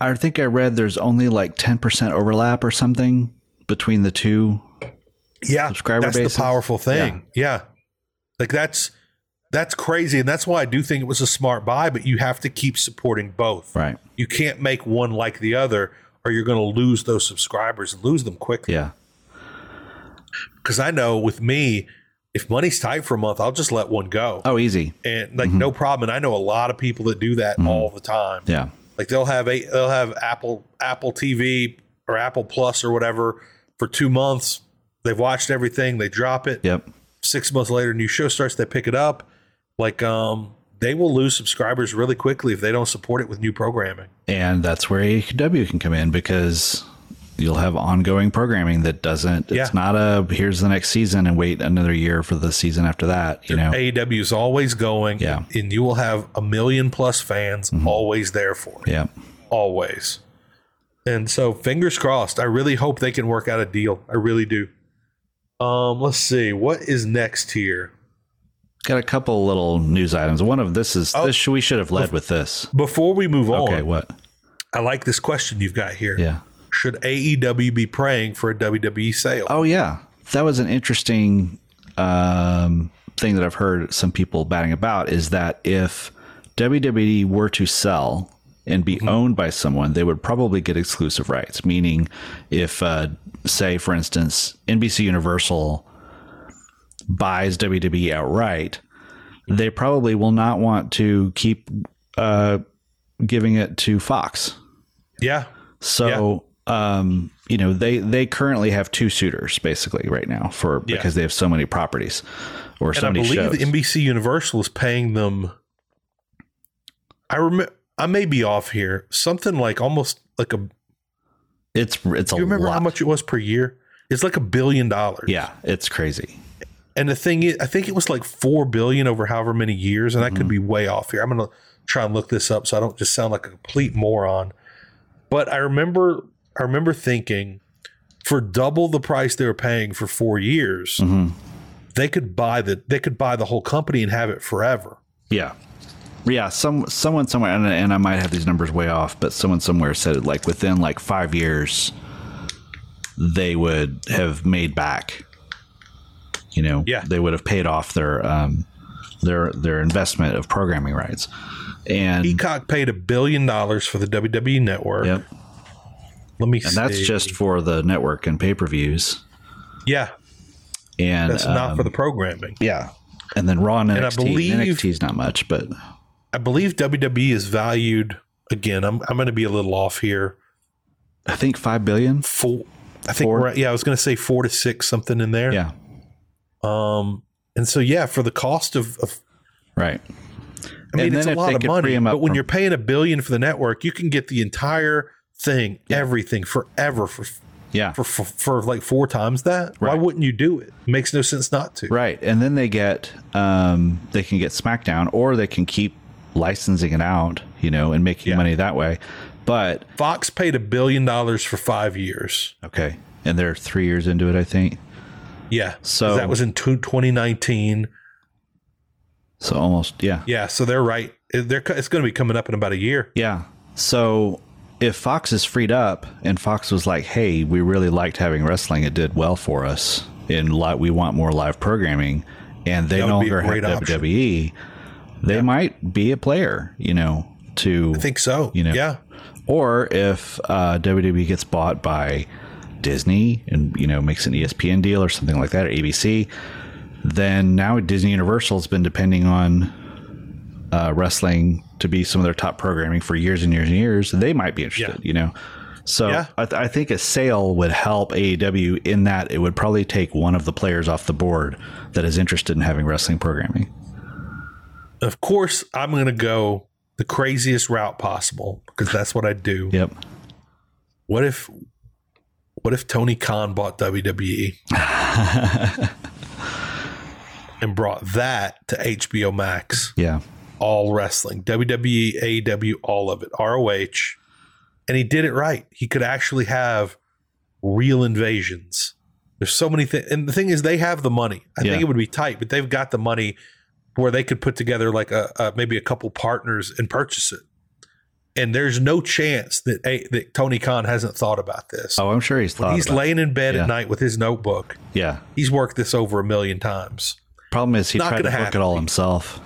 I think I read there's only like ten percent overlap or something between the two. yeah subscriber that's bases. the powerful thing yeah. like that's that's crazy and that's why i do think it was a smart buy but you have to keep supporting both Right. you can't make one like the other or you're going to lose those subscribers and lose them quickly Yeah. because i know with me if money's tight for a month i'll just let one go Oh, easy. and like no problem and i know a lot of people that do that Mm-hmm. all the time Yeah. like they'll have a they'll have apple apple tv or apple plus or whatever for two months they've watched everything they drop it Yep. six months later, new show starts, they pick it up. Like, um, they will lose subscribers really quickly if they don't support it with new programming. And that's where AEW can come in because you'll have ongoing programming that doesn't, Yeah. it's not a here's the next season and wait another year for the season after that, you know? AEW E is always going, Yeah. Mm-hmm. and you will have a million plus fans always there for it, yeah. always. And so, fingers crossed. I really hope they can work out a deal. I really do. Um, let's see what is next here. Got a couple little news items. One of this is, this we should have led with this. Before we move on, Okay. What? I like this question you've got here. Yeah. Should AEW be praying for a WWE sale? Oh, yeah. That was an interesting um, thing that I've heard some people batting about is that if WWE were to sell and be owned by someone, they would probably get exclusive rights. Meaning, if, uh, say, for instance, NBC Universal buys WWE outright, they probably will not want to keep uh, giving it to Fox Yeah, so, um, you know, they they currently have two suitors basically right now for Yeah. because they have so many properties or so and I many believe shows. the NBC Universal is paying them. I remember I may be off here. Something like almost like a. Do it's it's a you remember lot. how much it was per year? It's like a billion dollars. yeah, it's crazy. And the thing is, I think it was like four billion over however many years, and I Mm-hmm. could be way off here. I'm gonna try and look this up so I don't just sound like a complete moron. But I remember, I remember thinking, for double the price they were paying for four years, Mhm. they could buy the they could buy the whole company and have it forever. Yeah. Yeah, some someone somewhere, and, and I might have these numbers way off, but someone somewhere said it like within like five years, they would have made back. You know, Yeah. they would have paid off their um, their their investment of programming rights, and Peacock paid a billion dollars for the WWE network. yep, Let me and that's just for the network and pay per views, yeah, and that's not um, for the programming. yeah, and then Raw and NXT, I believe- NXT's not much, but I believe WWE is valued again. I'm I'm going to be a little off here. I think five billion, Four, I think. Four? We're at, yeah, I was going to say four to six, something in there. yeah, Um, and so yeah, for the cost of, of right, I mean, it's And then a if they lot of could money, free 'em up but when from- you're paying a billion for the network, you can get the entire thing, everything, forever for yeah, for for, for like four times that. Why Right. wouldn't you do it? Makes no sense not to. Right, and then they get um, they can get SmackDown, or they can keep licensing it out, you know, and making Yeah. money that way. But Fox paid a billion dollars for five years. okay, and they're three years into it, I think, Yeah, 'cause So- that was in two, 2019. so almost yeah, Yeah, so they're right. It- They're, co- it's going to be coming up in about a year. yeah. So if Fox is freed up, and Fox was like, "Hey, we really liked having wrestling; it did well for us, and li- we want more live programming," and they That no would be a longer have great option. WWE, they might be a player, you know, to I think so. You know. yeah, or if uh, WWE gets bought by Disney and you know makes an E ESPN deal or something like that or ABC, then now Disney Universal has been depending on uh, wrestling to be some of their top programming for years and years and years. They might be interested, Yeah. you know. So Yeah. I, th- I think a sale would help AEW in that it would probably take one of the players off the board that is interested in having wrestling programming. of course I'm going to go the craziest route possible because that's what I do. Yep. What if, what if Tony Khan bought E? WWE and brought that to HBO Max? Yeah. All wrestling, E, WWE, AEW, all of it, ROH, and he did it right. He could actually have real invasions. There's so many things, and the thing is, they have the money. I Yeah. think it would be tight, but they've got the money where they could put together like a, a maybe a couple partners and purchase it. And there's no chance that a, that Tony Khan hasn't thought about this. Oh, I'm sure he's When thought. he's about- laying in bed Yeah. at night with his notebook, yeah. he's worked this over a million times. Problem is he Not tried to gonna book it happen. all himself.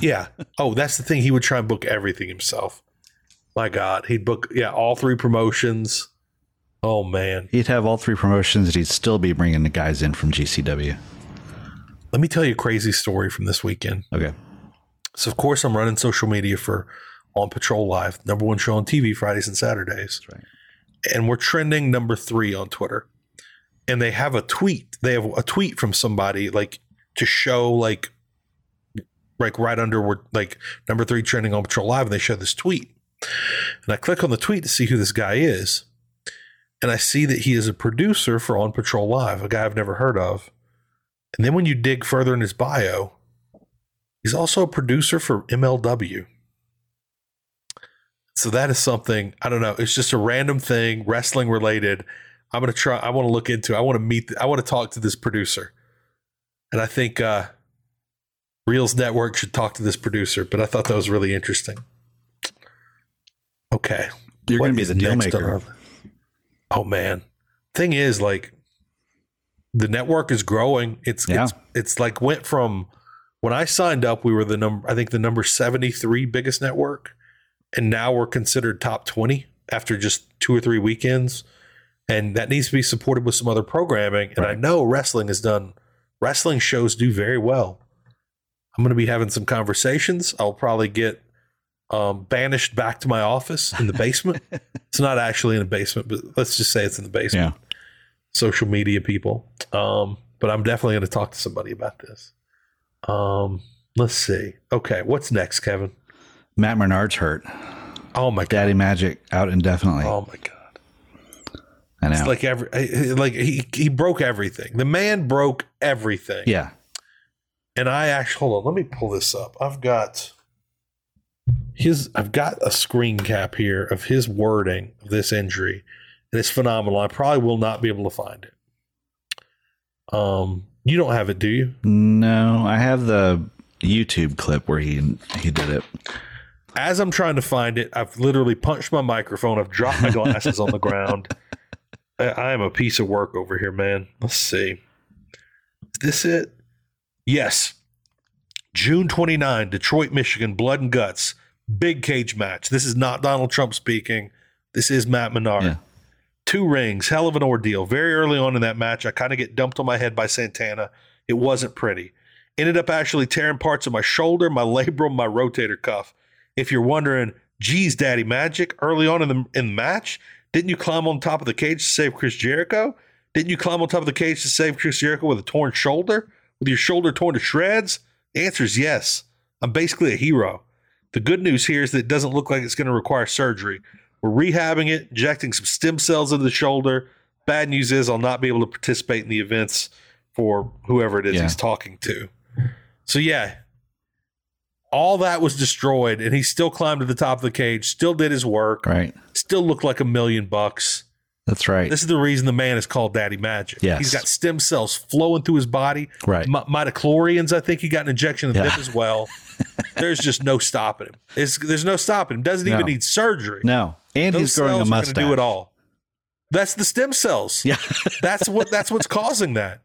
Yeah. Oh, that's the thing. He would try and book everything himself. My God, he'd book yeah all three promotions. Oh man, He'd have all three promotions and he'd still be bringing the guys in from GCW. let me tell you a crazy story from this weekend. Okay. So of course I'm running social media for on Patrol Live, number one show on TV Fridays and Saturdays. That's right. and we're trending number three on Twitter. And they have a tweet. They have a tweet from somebody like to show like like right under we're like number three trending on Patrol Live, and they show this tweet. And I click on the tweet to see who this guy is. And I see that he is a producer for On Patrol Live, a guy I've never heard of. And then when you dig further in his bio, he's also a producer for MLW. So that is something I don't know. It's just a random thing, wrestling related. I'm gonna try. I want to look into. it. I want to meet. I want to talk to this producer, and I think uh, Reels Network should talk to this producer. But I thought that was really interesting. Okay, You're what going to be is the deal next on maker. our- Oh man, thing is like the network is growing. It's Yeah. it's it's like went from when I signed up, we were the number I think the number seventy three biggest network, and now we're considered top twenty after just two or three weekends, and that needs to be supported with some other programming. And I Right. know wrestling has done wrestling shows do very well. I'm going to be having some conversations. I'll probably get um, banished back to my office in the basement. it's not actually in the basement, but let's just say it's in the basement. Yeah. Social media people. Um, but I'm definitely going to talk to somebody about this. Um, let's see. Okay, what's next, Kevin? Matt Menard's hurt. Oh my god. Daddy Magic out indefinitely. Oh my god. I know. It's like every like he he broke everything. The man broke everything. yeah. and I actually hold on, let me pull this up. I've got his I've got a screen cap here of his wording of this injury. and it's phenomenal. I probably will not be able to find it. Um, you don't have it, do you? No, I have the YouTube clip where he he did it. As I'm trying to find it, I've literally punched my microphone. I've dropped my glasses on the ground. I, I am a piece of work over here, man. Let's see. Is this it? Yes. June 29, Detroit, Michigan, blood and guts. Big cage match. This is not Donald Trump speaking. This is Matt Menard. Yeah. Two rings, hell of an ordeal. Very early on in that match, I kind of get dumped on my head by Santana. It wasn't pretty. Ended up actually tearing parts of my shoulder, my labrum, my rotator cuff. If you're wondering, geez, Daddy Magic, early on in the in the match, didn't you climb on top of the cage to save Chris Jericho? Didn't you climb on top of the cage to save Chris Jericho with a torn shoulder? With your shoulder torn to shreds? The answer is yes. I'm basically a hero. The good news here is that it doesn't look like it's going to require surgery. We're rehabbing it, injecting some stem cells into the shoulder. Bad news is I'll not be able to participate in the events for whoever it is Yeah. he's talking to. So yeah, all that was destroyed, and he still climbed to the top of the cage, still did his work, Right. still looked like a million bucks. That's right. This is the reason the man is called Daddy Magic. Yes. He's got stem cells flowing through his body. right. Mi- mitochlorians, I think he got an injection of Yeah. them as well. There's just no stopping him. It's, there's no stopping him. Doesn't No. even need surgery. no. And Those he's growing a cells are gonna mustache. do it all. That's the stem cells. Yeah. That's what that's what's causing that.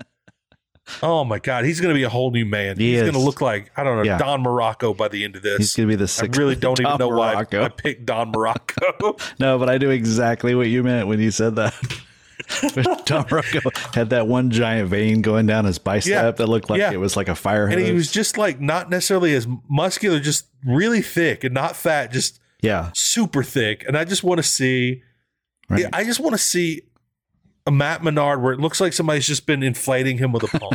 Oh my God, he's going to be a whole new man. He he's is. going to look like I don't know Yeah. Don Morocco by the end of He's this. gonna be the I sixth. really don't even Don know why I, I Morocco. picked Don Morocco. No, but I knew exactly what you meant when you said that. But Tom Rocco had that one giant vein going down his bicep Yeah. that looked like Yeah. it was like a fire hose. and he was just like not necessarily as muscular, just really thick and not fat, just yeah, super thick. And I just want to see, Right. I just want to see a Matt Menard where it looks like somebody's just been inflating him with a pump.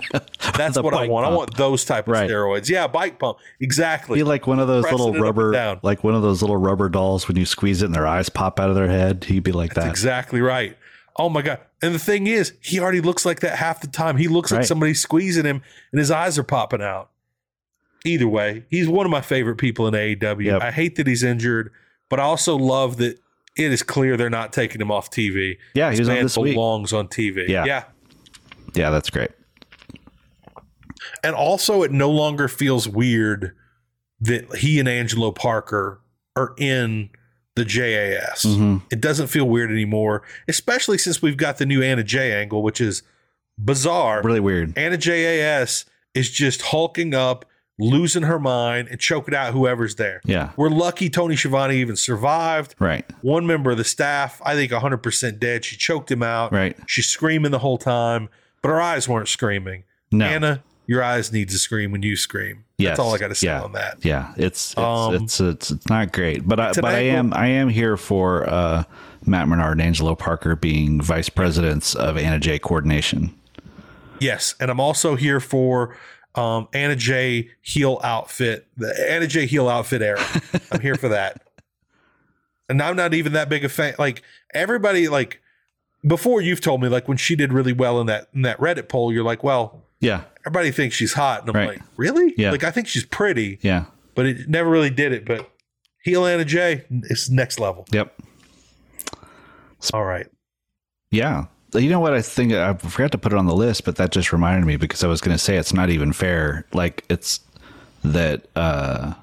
That's The what I bike want. I pump. want those type of Right. steroids. Yeah, bike pump. Exactly. be like one of those pressing little it up and rubber, down. like one of those little rubber dolls when you squeeze it and their eyes pop out of their head. He'd be like That's that. exactly right. Oh my god! And the thing is, he already looks like that half the time. He looks like Right. somebody's squeezing him, and his eyes are popping out. Either way, he's one of my favorite people in AEW. Yep. I hate that he's injured, but I also love that it is clear they're not taking him off TV. yeah, he was on Man this week. belongs on TV. Yeah. yeah. Yeah, that's great. And also, it no longer feels weird that he and Angelo Parker are in the JAS. hmm It doesn't feel weird anymore, especially since we've got the new Anna J angle, which is bizarre. Really weird. Anna JAS is just hulking up, losing her mind, and choking out whoever's there. Yeah, We're lucky Tony Schiavone even survived. right, One member of the staff, I think 100% dead. She choked him out. right. She's screaming the whole time, but her eyes weren't screaming. No, Anna, your eyes need to scream when you scream. Yes. That's all I got to say Yeah. on that. yeah, it's it's, Um, it's it's it's not great, but I, but tonight I am I am here for uh, Matt Menard and Angelo Parker being vice presidents of Anna J coordination. Yes, and I'm also here for um, Anna J heel outfit, the Anna J heel outfit era. I'm here for that. And I'm not even that big a fan. Like everybody, like before you've told me, like when she did really well in that in that Reddit poll, you're like, well, Yeah, everybody thinks she's hot, and I'm Right. like, really? Yeah. Like I think she's pretty, yeah, but it never really did it. But heel Anna J is next level. yep, All right. yeah. You know what? I think I forgot to put it on the list, but that just reminded me because I was going to say it's not even fair. Like it's that uh,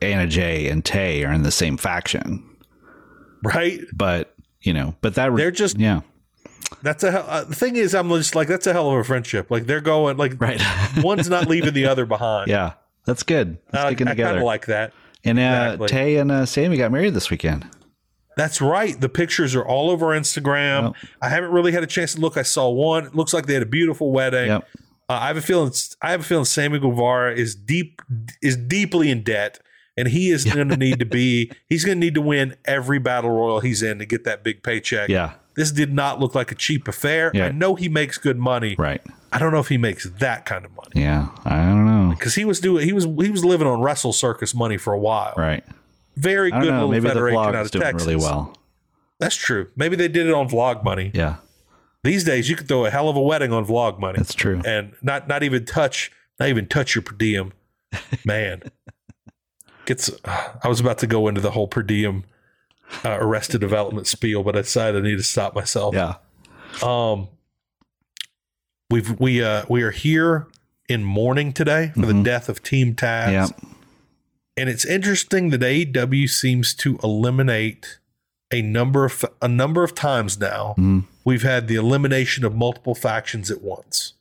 Anna J and Tay are in the same faction, Right. but you know, but that They're just yeah, That's a hell, uh, the thing is, I'm just like that's a hell of a friendship. Like they're going like right, one's not leaving the other behind. yeah. That's good. I, Uh, I Sticking kind together. of like that. And uh, Exactly. Tay and uh, Sammy got married this weekend. That's right. The pictures are all over Instagram. Yep. I haven't really had a chance to look. I saw one. It looks like they had a beautiful wedding. Yep. Uh, I have a feeling. I have a feeling Sammy Guevara is deep is deeply in debt, and he is going to need to be. He's going to need to win every battle royal he's in to get that big paycheck. Yeah. This did not look like a cheap affair. Yeah. I know he makes good money. Right. I don't know if he makes that kind of money. Yeah. I don't know. because he was doing he was he was living on Wrestle Circus money for a while. Right. Very I good don't know. little Maybe the federation vlog out is of doing Texas. really well. That's true. Maybe they did it on vlog money. Yeah. These days, you could throw a hell of a wedding on vlog money That's true. and not not even touch not even touch your per diem. Man, gets. I was about to go into the whole per diem uh, Arrested Development spiel, but I decided I need to stop myself. Yeah. Um, we've we uh we are here in mourning today for the Mhm. death of Team Taz. Yeah. And it's interesting that AEW seems to eliminate a number of a number of times now. Mhm. We've had the elimination of multiple factions at once.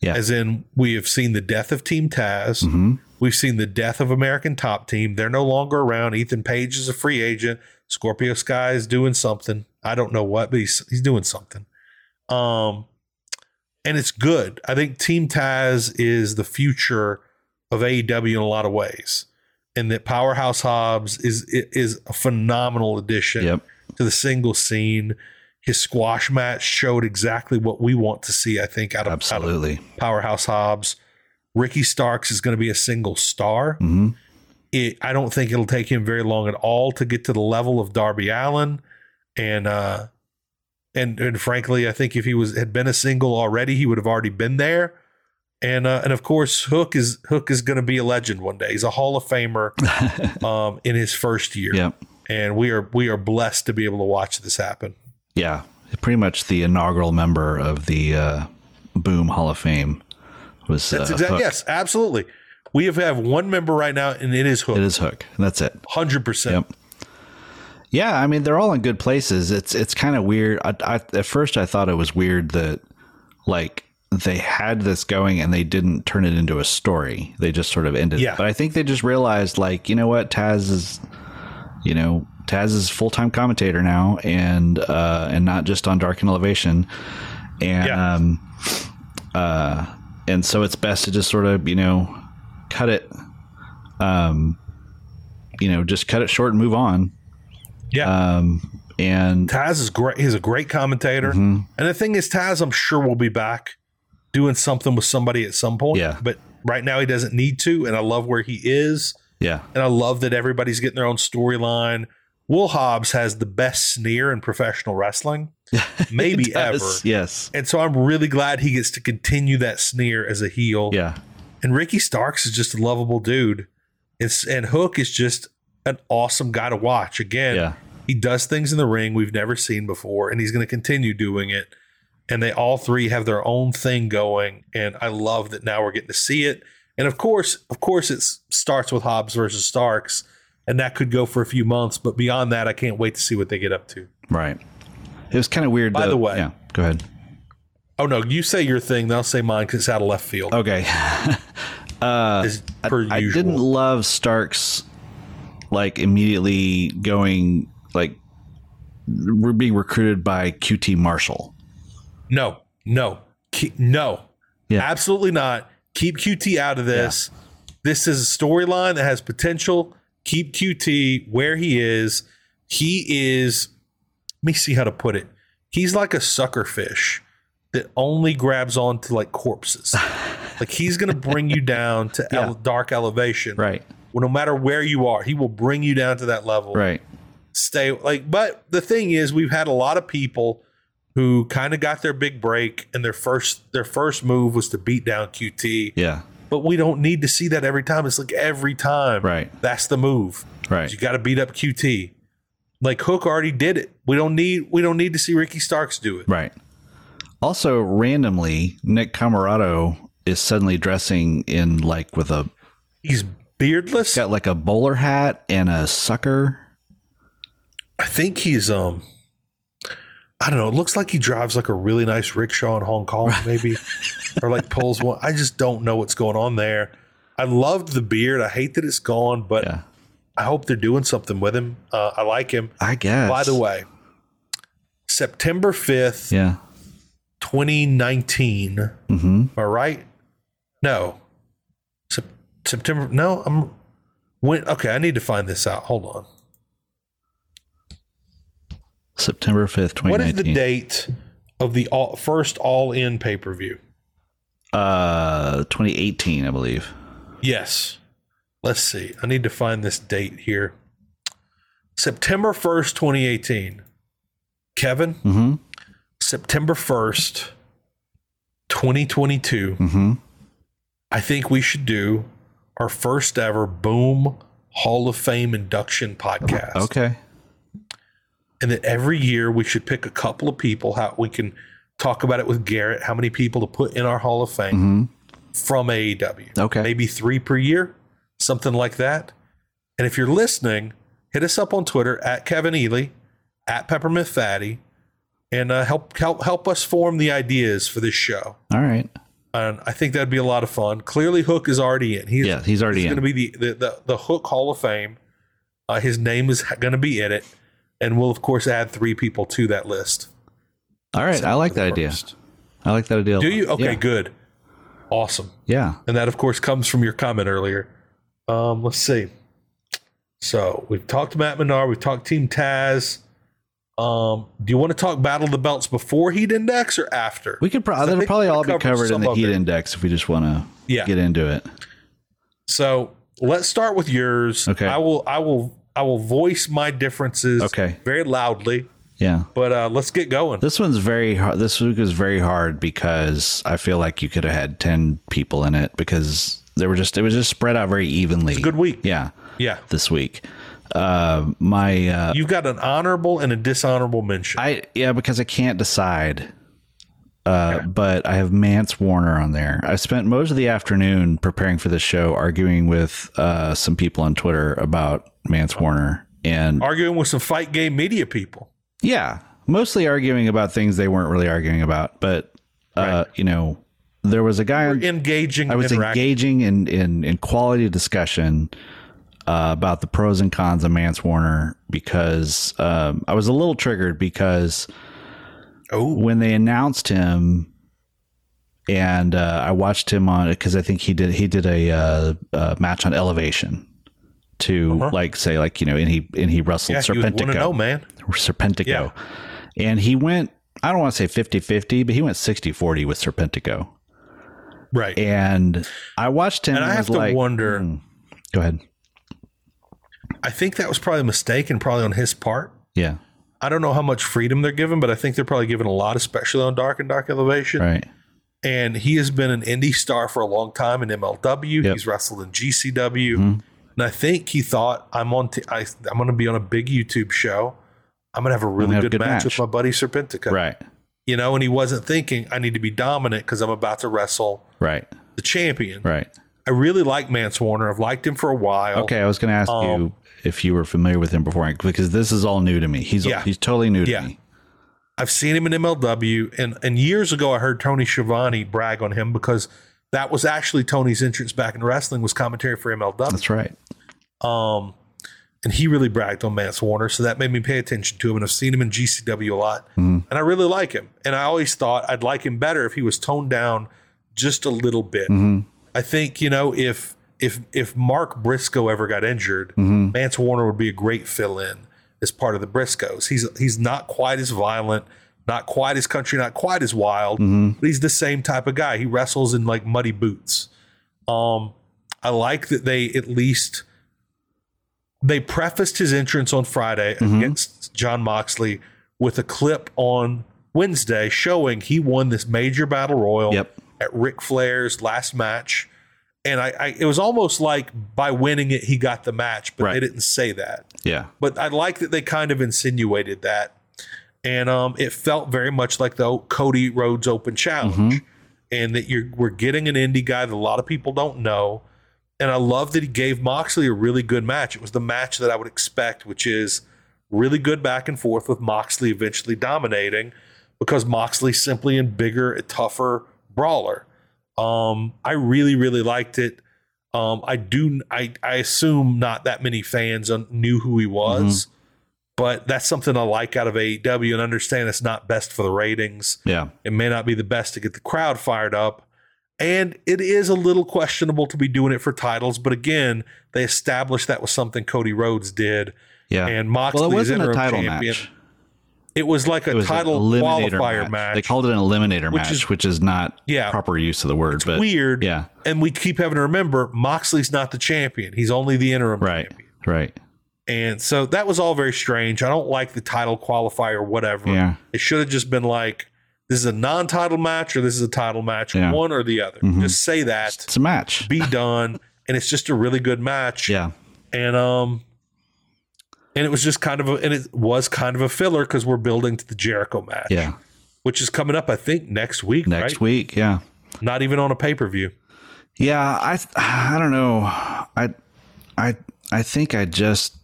Yeah. As in we have seen the death of Team Taz. Mhm. We've seen the death of American Top Team. They're no longer around. Ethan Page is a free agent. Scorpio Sky is doing something. I don't know what, but he's he's doing something. Um, and it's good. I think Team Taz is the future of AEW in a lot of ways, and that Powerhouse Hobbs is is a phenomenal addition Yep. to the single scene. His squash match showed exactly what we want to see. I think out of, out of Absolutely. Powerhouse Hobbs. Ricky Starks is going to be a single star. hmm It, I don't think it'll take him very long at all to get to the level of Darby Allen, and uh, and and frankly, I think if he was had been a single already, he would have already been there. And uh, and of course, Hook is Hook is going to be a legend one day. He's a Hall of Famer um, in his first year, Yep. and we are we are blessed to be able to watch this happen. Yeah. Pretty much the inaugural member of the uh, Boom Hall of Fame was That's uh, exactly Hook. yes, absolutely. We have, have one member right now, and it is It Hook, is Hook. That's it. hundred percent. Yep. Yeah, I mean they're all in good places. It's it's kind of weird. I, I, at first I thought it was weird that like they had this going and they didn't turn it into a story. They just sort of ended. it. Yeah. But I think they just realized like you know what Taz is, you know Taz is full time commentator now and uh, and not just on Dark and Elevation, and Yeah. um, uh, and so it's best to just sort of you know cut it, um, you know just cut it short and move on. Yeah. Um, and hmm, Taz is great. He's a great commentator. Mm-hmm. And the thing is, Taz, I'm sure will be back doing something with somebody at some point. Yeah. But right now he doesn't need to. And I love where he is. yeah, And I love that everybody's getting their own storyline. Will Hobbs has the best sneer in professional wrestling, maybe ever. Yes, Yes. And so I'm really glad he gets to continue that sneer as a heel. Yeah. And Ricky Starks is just a lovable dude. It's, and Hook is just an awesome guy to watch. Again, Yeah. he does things in the ring we've never seen before, and he's going to continue doing it. And they all three have their own thing going, and I love that now we're getting to see it. And of course, of course, it starts with Hobbs versus Starks, and that could go for a few months. But beyond that, I can't wait to see what they get up to. Right. It was kind of weird. By though- the way- yeah. Go ahead. Oh no, you say your thing, then I'll say mine because it's out of left field. Okay. as per Uh, I usual, didn't love Starks like immediately going like we're being recruited by QT Marshall. no, no, Ke- no, Yeah. absolutely not. Keep QT out of this. This is a storyline that has potential. Keep QT where he is. He is, let me see how to put it. He's like a sucker fish that only grabs onto like corpses. like he's going to bring you down to ele- dark elevation. Right. Well, no matter where you are, he will bring you down to that level Right. stay like but the thing is we've had a lot of people who kind of got their big break and their first their first move was to beat down QT Yeah. but we don't need to see that every time it's like every time Right. that's the move Right. you got to beat up QT like Hook already did it we don't need we don't need to see Ricky Starks do it Right. Also, randomly, Nick Camarado is suddenly dressing in like with a he's beardless got like a bowler hat and a sucker. I think he's um I don't know. It looks like he drives like a really nice rickshaw in Hong Kong, maybe, or like pulls one. I just don't know what's going on there. I loved the beard. I hate that it's gone, but Yeah. I hope they're doing something with him. Uh, I like him. I guess. By the way, September 5th, Yeah. 2019. Am Mm-hmm. I right? No. Sep- September. No, I'm. When, okay, I need to find this out. Hold on. September 5th, 2019. What is the date of the all, first all in pay per view? Uh, 2018, I believe. Yes. Let's see. I need to find this date here. September 1st, 2018. Kevin, Mm-hmm. September 1st, 2022. Mm-hmm. I think we should do our first ever Boom Hall of Fame induction podcast. Okay. and that every year we should pick a couple of people. How we can talk about it with Garrett. How many people to put in our Hall of Fame from E AEW? Mm-hmm. Okay. maybe three per year, something like that. And if you're listening, hit us up on Twitter at Kevin Ely, at Peppermint Fatty, and uh, help help help us form the ideas for this show. All right. And I think that'd be a lot of fun. Clearly, Hook is already in. He's Yeah, he's already he's in. going to be the, the the the Hook Hall of Fame. Uh, his name is going to be in it, and we'll of course add three people to that list. All right. I like that idea. I like that idea. a Do lot. you? Okay, Yeah. good, awesome. Yeah. And that, of course, comes from your comment earlier. Um, let's see. So we've talked Matt Menard, we've talked Team Taz. Um, do you want to talk Battle of the Belts before Heat Index or after? We I could probably that'll think probably we all be covered covered in some the of heat it. index if we just want to Yeah. get into it. So let's start with yours. Okay. I will. I will. I will voice my differences. Okay. Very loudly, Yeah. but uh, let's get going. This one's very hard. This week was very hard because I feel like you could have had 10 people in it because they were just, it was just spread out very evenly. Good week. Yeah. Yeah. This week. Uh, my, uh, You've got an honorable and a dishonorable mention. I, yeah, because I can't decide. Uh, But I have Mance Warner on there. I spent most of the afternoon preparing for this show, arguing with uh, some people on Twitter about Mance Warner, and Arguing with some fight game media people. Yeah, mostly arguing about things they weren't really arguing about, but uh, you know, there was a guy on, Engaging. I was interaction. engaging in in in quality discussion uh, about the pros and cons of Mance Warner because um, I was a little triggered because Oh, when they announced him and uh, I watched him on because I think he did he did a, uh, uh match on Elevation to like say like you know and he and he wrestled Uh-huh. yeah. You want Serpentico. to know, man? Serpentico. Yeah. And he went, I don't want to say 50 50, but he went 60 40 with Serpentico. Right. And I watched him And and, I have was to like, hmm. wonder. go ahead. I think that was probably a mistake and probably on his part. Yeah. I don't know how much freedom they're given, but I think they're probably given a lot, especially on Dark and Dark Elevation. Right. And he has been an indie star for a long time in MLW. Yep. Mm-hmm. He's wrestled in GCW, and I think he thought I'm on. T- I, I'm going to be on a big YouTube show. I'm going to have a really have a good, good match, match. with my buddy Serpentico. Right. You know, and he wasn't thinking I need to be dominant because I'm about to wrestle Right. the champion. Right. I really like Mance Warner. I've liked him for a while. Okay. I was going to ask Oh. you if you were familiar with him before because this is all new to me. He's, Yeah. he's totally new to Yeah. me. I've seen him in MLW, and and years ago I heard Tony Schiavone brag on him because that was actually Tony's entrance back in wrestling was commentary for MLW, That's right. and he really bragged on Mance Warner, so that made me pay attention to him, and I've seen him in GCW a lot, and I really like him, and I always thought I'd like him better if he was toned down just a little bit. I think you know if if if Mark Briscoe ever got injured, Mance Warner would be a great fill-in as part of the Briscoes. He's he's not quite as violent, not quite as country, not quite as wild, but he's the same type of guy. He wrestles in like muddy boots. Um, I like that they at least they prefaced his entrance on Friday Mm-hmm. against John Moxley with a clip on Wednesday showing he won this major battle royal Yep. at Ric Flair's last match. And I, I it was almost like by winning it he got the match, but they Right. didn't say that. Yeah. But I like that they kind of insinuated that. And um, it felt very much like the Cody Rhodes Open Challenge, and that you're we're getting an indie guy that a lot of people don't know. And I love that he gave Moxley a really good match. It was the match that I would expect, which is really good back and forth with Moxley eventually dominating because Moxley's simply a bigger, tougher brawler. Um, I really, really liked it. Um, I do. I, I assume not that many fans un- knew who he Mm-hmm. was, but that's something I like out of AEW and understand it's not best for the ratings. Yeah. It may not be the best to get the crowd fired up. And it is a little questionable to be doing it for titles, but again, they established that was something Cody Rhodes did. Yeah. And Moxley well, it wasn't is a interim title champion. match. It was like a It was an title eliminator qualifier match. match. They called it an eliminator match, is- which is not Yeah. proper use of the word, but weird. Yeah. And we keep having to remember Moxley's not the champion. He's only the interim Right. champion. Right. And so that was all very strange. I don't like the title qualifier, whatever. Yeah. It should have just been like, this is a non title match or this is a title match, Yeah. Mm-hmm. one or the other. Just say that, It's a match. be done. And it's just a really good match. Yeah. And um, and it was just kind of a, and it was kind of a filler because we're building to the Jericho match, Yeah. which is coming up I think next week, Next right? week. Yeah. Not even on a pay per view. Yeah, I th- I don't know. I I I think I just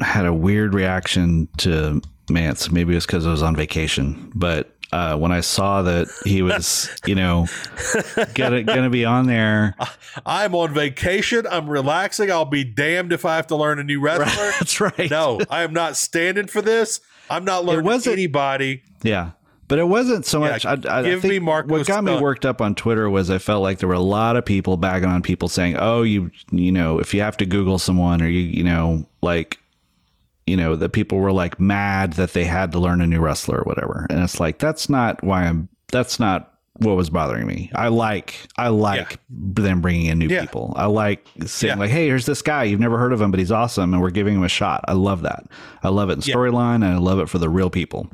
had a weird reaction to Mance. Maybe it's because I was on vacation, but uh, when I saw that he was, you know, gonna gonna be on there, I'm on vacation. I'm relaxing. I'll be damned if I have to learn a new wrestler. that's right. no, I am not standing for this. I'm not learning wasn't- anybody. Yeah. But it wasn't so Yeah, much. I, I- I give think me Marcos What got me Stunt. worked up on Twitter was I felt like there were a lot of people bagging on people saying, "Oh, you, you know, if you have to Google someone, or you, you know, like, you know, that people were like mad that they had to learn a new wrestler or whatever." And it's like that's not why I'm. That's not what was bothering me. I like, I like them bringing in new Yeah. people. I like saying Yeah. like, "Hey, here's this guy. You've never heard of him, but he's awesome, and we're giving him a shot." I love that. I love it in Yeah. storyline, and I love it for the real people.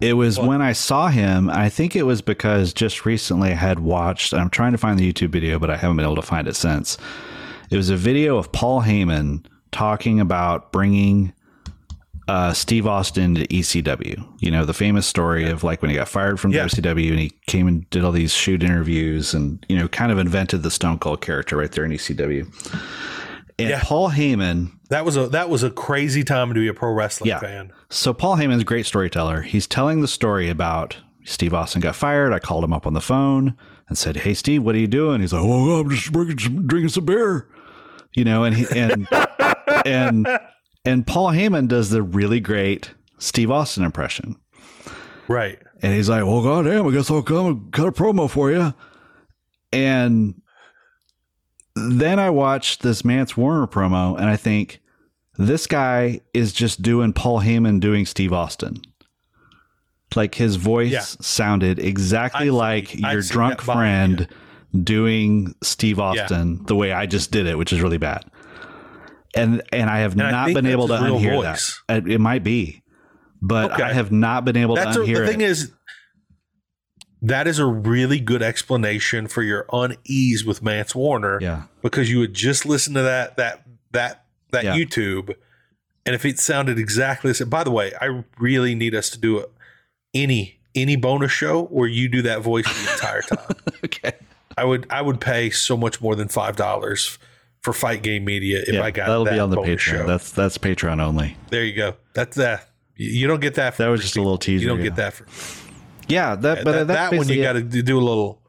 It was when I saw him. I think it was because just recently I had watched. I'm trying to find the YouTube video, but I haven't been able to find it since. It was a video of Paul Heyman talking about bringing uh, Steve Austin to ECW. You know, the famous story of like when he got fired from Yeah. WCW and he came and did all these shoot interviews and, you know, kind of invented the Stone Cold character right there in ECW. And Yeah. Paul Heyman That was a that was a crazy time to be a pro wrestling Yeah. fan. so Paul Heyman's a great storyteller. He's telling the story about Steve Austin got fired. I called him up on the phone and said, "Hey, Steve, what are you doing?" He's like, "Oh, I'm just drinking some, drinking some beer," you know. And he and and and Paul Heyman does the really great Steve Austin impression. Right. And he's like, "Well, goddamn, I guess I'll come and cut a promo for you." And then I watched this Mance Warner promo, and I think this guy is just doing Paul Heyman doing Steve Austin. Like his voice Yeah. sounded exactly I've like seen- I've your seen drunk that body, friend doing Steve Austin the way I just did it, which is really bad. And and I have I not think been that's able to his real unhear voice. that. It, it might be, but Okay. I have not been able That's to a, unhear the thing it. is that is a really good explanation for your unease with Mance Warner yeah. because you would just listen to that that that that Yeah. YouTube and if it sounded exactly the same. By the way, I really need us to do a, any any bonus show where you do that voice the entire time. okay. I would I would pay so much more than five dollars for Fight Game Media if I got that'll that be on the bonus Patreon. show. That's that's Patreon only. there you go. That's that. You- You don't get that. For That was just a little teaser. you don't yeah. get that for Yeah, that but that, that's that one. You basically it. got to do a little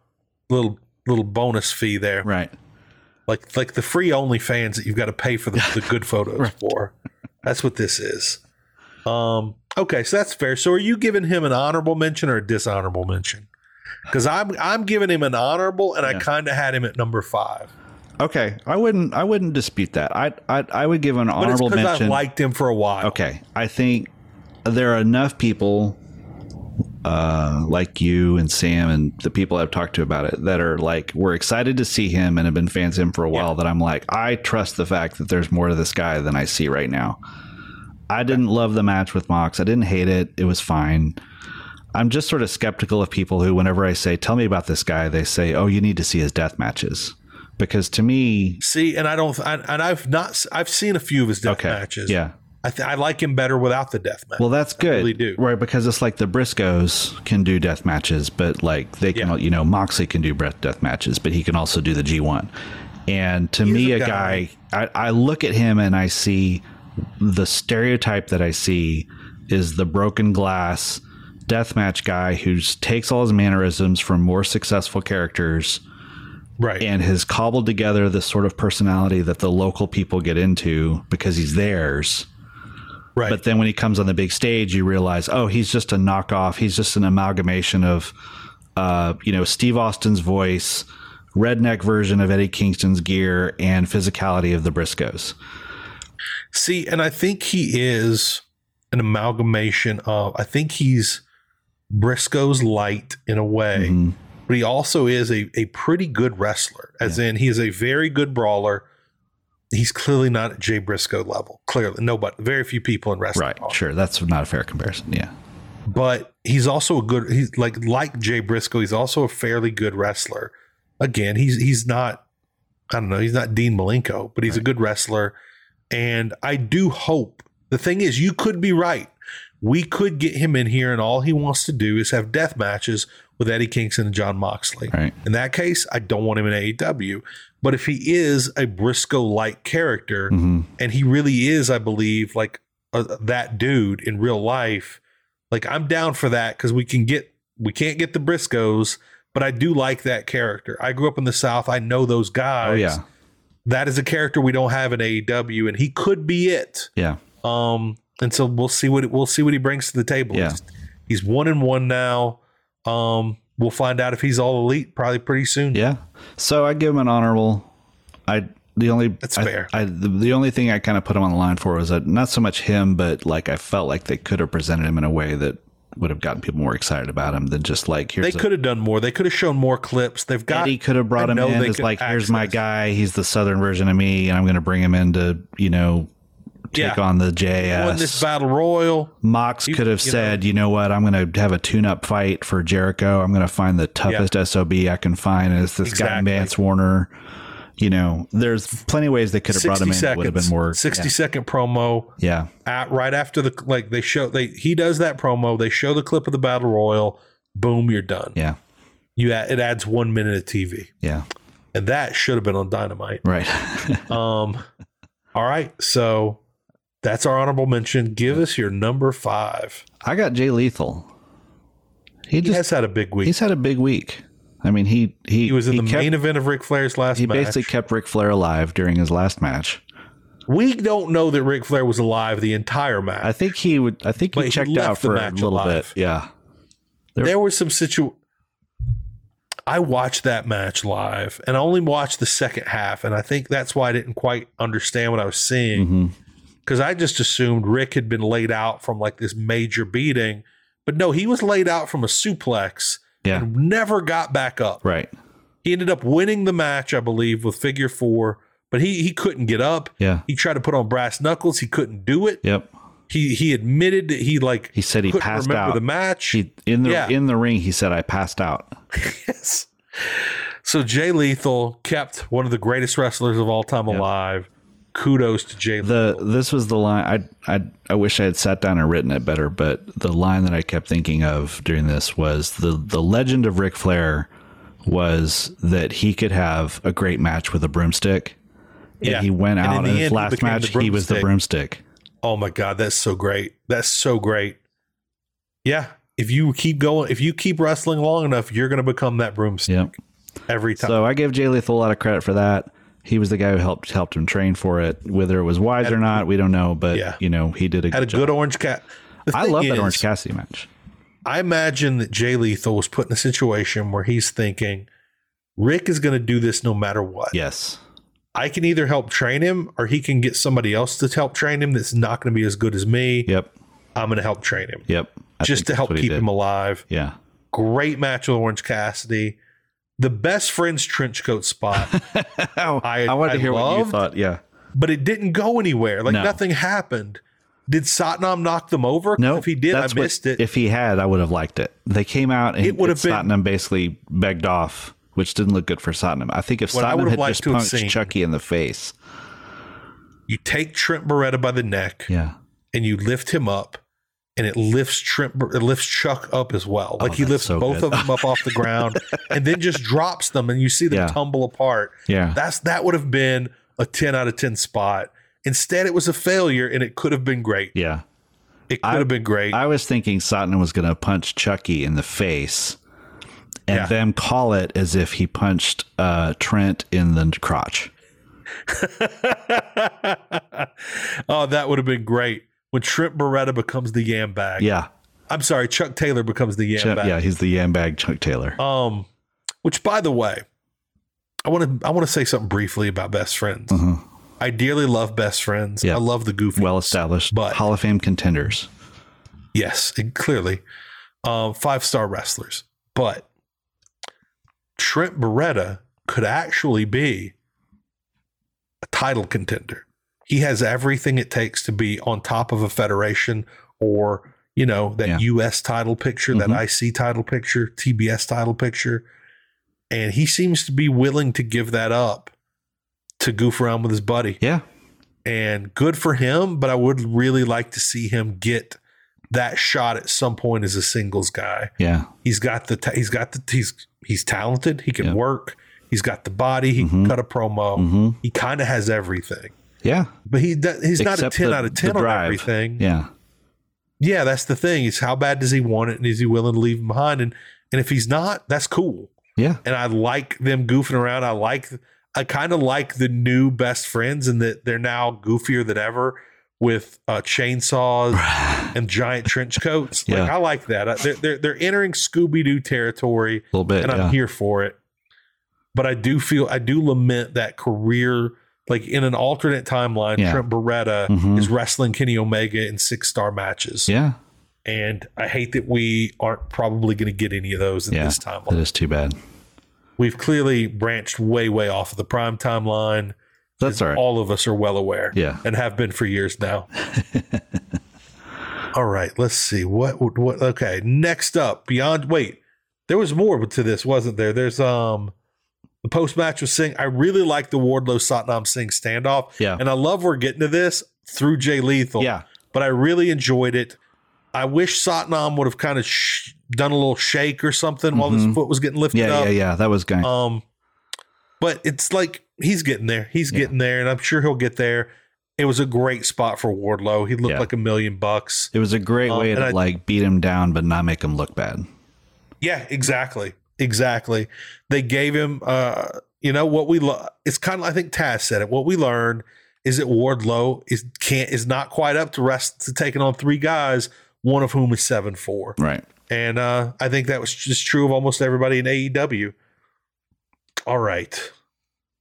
little little bonus fee there, right. like like the free OnlyFans that you've got to pay for the, the good photos for. That's what this is. Um. Okay, so that's fair. So are you giving him an honorable mention or a dishonorable mention? Because I'm I'm giving him an honorable, and I kind of had him at number five. Okay, I wouldn't I wouldn't dispute that. I I I would give an But it's honorable because I mention. liked him for a while. okay, I think there are enough people uh, like you and Sam and the people I've talked to about it that are like we're excited to see him and have been fans of him for a while. That I'm like I trust the fact that there's more to this guy than I see right now. I didn't love the match with Mox. I didn't hate it. It was fine. I'm just sort of skeptical of people who, whenever I say, "Tell me about this guy," they say, "Oh, you need to see his death matches," because to me, See, and I don't, I, and I've not, s- I've seen a few of his death okay, matches. yeah, I, th- I like him better without the death match. Well, that's good, really do. right? Because it's like the Briscoes can do death matches, but like they can, Yeah. you know, Moxley can do breath death matches, but he can also do the G one. And to me, a a guy, guy. I, I look at him and I see the stereotype that I see is the broken glass deathmatch guy who s- takes all his mannerisms from more successful characters right. and has cobbled together the sort of personality that the local people get into because he's theirs. right. But then when he comes on the big stage, you realize, oh, he's just a knockoff. He's just an amalgamation of, uh, you know, Steve Austin's voice, redneck version of Eddie Kingston's gear, and physicality of the Briscoes. See, and I think he is an amalgamation of, I think he's Briscoe's light in a way, Mhm. but he also is a, a pretty good wrestler, as in he is a very good brawler. He's clearly not at Jay Briscoe level. Clearly, nobody, very few people in wrestling. Right. are. Sure. That's not a fair comparison. Yeah. but he's also a good he's like like Jay Briscoe, he's also a fairly good wrestler. Again, he's he's not I don't know, he's not Dean Malenko, but he's a good wrestler And I do hope the thing is, you could be right. We could get him in here, and all he wants to do is have death matches with Eddie Kingston and John Moxley. Right. In that case, I don't want him in AEW. But if he is a Briscoe like character, Mm-hmm. and he really is, I believe, like uh, that dude in real life, like I'm down for that because we can get, we can't get the Briscoes, but I do like that character. I grew up in the South. I know those guys. Oh yeah, That is a character we don't have in AEW, and he could be it. yeah. Um, and so we'll see what we'll see what he brings to the table. Yeah. He's, he's one and one now. Um, we'll find out if he's all elite probably pretty soon. Yeah. So I give him an honorable. I the only That's I- fair. I the, the only thing I kind of put him on the line for was that not so much him, but like I felt like they could have presented him in a way that would have gotten people more excited about him than just like here's They a- could have done more. They could have shown more clips. They've got Eddie could have brought I him know in they as could like here's my access- guy. He's the southern version of me, and I'm going to bring him in to you know take Yeah. on the won this JS. battle royal. Mox could have you know. said, you know what, I'm going to have a tune up fight for Jericho. I'm going to find the toughest SOB I can find. And it's this guy, Exactly. Mance Warner. You know, there's plenty of ways they could have brought him 60 in. It would have seconds, been more. 60 second promo Yeah. at right after the like they show they he does that promo they show the clip of the battle royal boom you're done Yeah. you add, it adds one minute of tv Yeah. and that should have been on dynamite Right. um all right so that's our honorable mention give us your number five I got Jay Lethal. He he just, has had a big week he's had a big week. I mean, he, he, he was in the kept- main event of Ric Flair's last He match. basically kept Ric Flair alive during his last match. we don't know that Ric Flair was alive the entire match. I think he would. I think But he he checked left out the for a match little alive. bit. Yeah. there were some situ I watched that match live and I only watched the second half and I think that's why I didn't quite understand what I was seeing hmm cuz I just assumed Rick had been laid out from like this major beating but no he was laid out from a suplex Yeah. and never got back up. Right. He ended up winning the match I believe with figure 4 but he he couldn't get up. Yeah. He tried to put on brass knuckles, he couldn't do it. Yep. He he admitted that he like He said he couldn't passed remember out. the match. He in the Yeah. in the ring. He said, "I passed out." Yes. So Jay Lethal kept one of the greatest wrestlers of all time alive. Kudos to Jay Lethal. The this was the line. I I I wish I had sat down and written it better, but the line that I kept thinking of during this was the the legend of Ric Flair was that he could have a great match with a broomstick. Yeah. And he went And in out the in, his end, he last became match. the He was the broomstick. Oh my God, that's so great. That's so great. Yeah. If you keep going, if you keep wrestling long enough, you're going to become that broomstick Yep. every time. So I gave Jay Lethal a lot of credit for that. He was the guy who helped helped him train for it. Whether it was wise or not, we don't know. But Yeah. you know, he did a Had a good job. good orange cat. The I thing love that is, Orange Cassidy match. I imagine that Jay Lethal was put in a situation where he's thinking, Rick is going to do this no matter what. Yes, I can either help train him or he can get somebody else to help train him that's not going to be as good as me. yep, I'm going to help train him yep. I just think to that's help what he keep did. him alive. Yeah, Great match with Orange Cassidy. The best friend's trench coat spot, I, wanted I to hear what you loved- thought. Yeah, but it didn't go anywhere. Like No. nothing happened. Did Satnam knock them over? no, If he did, I that's what- missed it. If he had, I would have liked it. They came out and It would have been- Satnam basically begged off, which didn't look good for Satnam. I think if What I would Satnam have had liked just to have punched seen- Chucky in the face, you take Trent Beretta by the neck yeah, and you lift him up, and it lifts Trent. Ber- It lifts Chuck up as well. Like he Oh, that's lifts so both good. of them up off the ground, and then just drops them, and you see them Yeah. tumble apart. yeah, That's that would have been a 10 out of 10 spot. Instead, it was a failure and it could have been great. yeah. It could have been great. I was thinking Sutton was going to punch Chucky in the face and Yeah. then call it as if he punched uh, Trent in the crotch. oh, that would have been great. When Trent Beretta becomes the yam bag. Yeah. I'm sorry, Chuck Taylor becomes the yam Chuck- bag. yeah, he's the yam bag Chuck Taylor. Um, which by the way, I want to I want to say something briefly about best friends. Mm-hmm. I dearly love best friends. Mm. Yeah. I love the goofy. well established but- Hall of Fame contenders. Yes, and clearly, um, five star wrestlers. But Trent Beretta could actually be a title contender. He has everything it takes to be on top of a federation or, you know, that Yeah. US title picture, that IC title picture, TBS title picture. And he seems to be willing to give that up to goof around with his buddy. Yeah. and good for him. But I would really like to see him get that shot at some point as a singles guy. Yeah. He's got the ta- he's got the he's he's talented. He can Yeah. work. He's got the body. He Mhm. can cut a promo. Mm-hmm. He kind of has everything. Yeah. But he do- he's not a Except ten the- out of the ten on drive. everything. Yeah. Yeah, that's the thing. Is how bad does he want it, and is he willing to leave him behind? And and if he's not, that's cool. Yeah. And I like them goofing around. I like I kind of like the new best friends, and that they're now goofier than ever with uh, chainsaws and giant trench coats. Like Yeah. I like that. I- They're they're, they're entering Scooby Doo territory, A little bit. and I'm yeah. here for it. But I do feel I do lament that career. Like in an alternate timeline, Yeah. Trent Beretta Mhm. is wrestling Kenny Omega in six star matches Yeah. and I hate that we aren't probably going to get any of those at Yeah. this time. That is too bad. We've clearly branched way, way off of the prime timeline. That's all right. All of us are well aware, Yeah. and have been for years now. all right, let's see what would- what. Okay, next up, beyond. Wait, there was more to this, wasn't there? There's um. The post match was Singh. I really like the Wardlow Satnam Singh standoff. Yeah. And I love we're getting to this through Jay Lethal yeah. but I really enjoyed it. I wish Satnam would have kind of sh- done a little shake or something while his Mhm. foot was getting lifted Yeah. up. Yeah. Yeah. That was going. Um, but it's like he's getting there. He's Yeah. getting there, and I'm sure he'll get there. It was a great spot for Wardlow. He looked Yeah. like a million bucks. it was a great um, way and to I- like beat him down, but not make him look bad. Yeah, exactly, exactly. They gave him, uh, you know, what we. Lo- it's kind of I think Taz said it. What we learned is that Wardlow is can't is not quite up to rest to taking on three guys, one of whom is seven four. Right. And uh, I think that was just true of almost everybody in AEW. All right.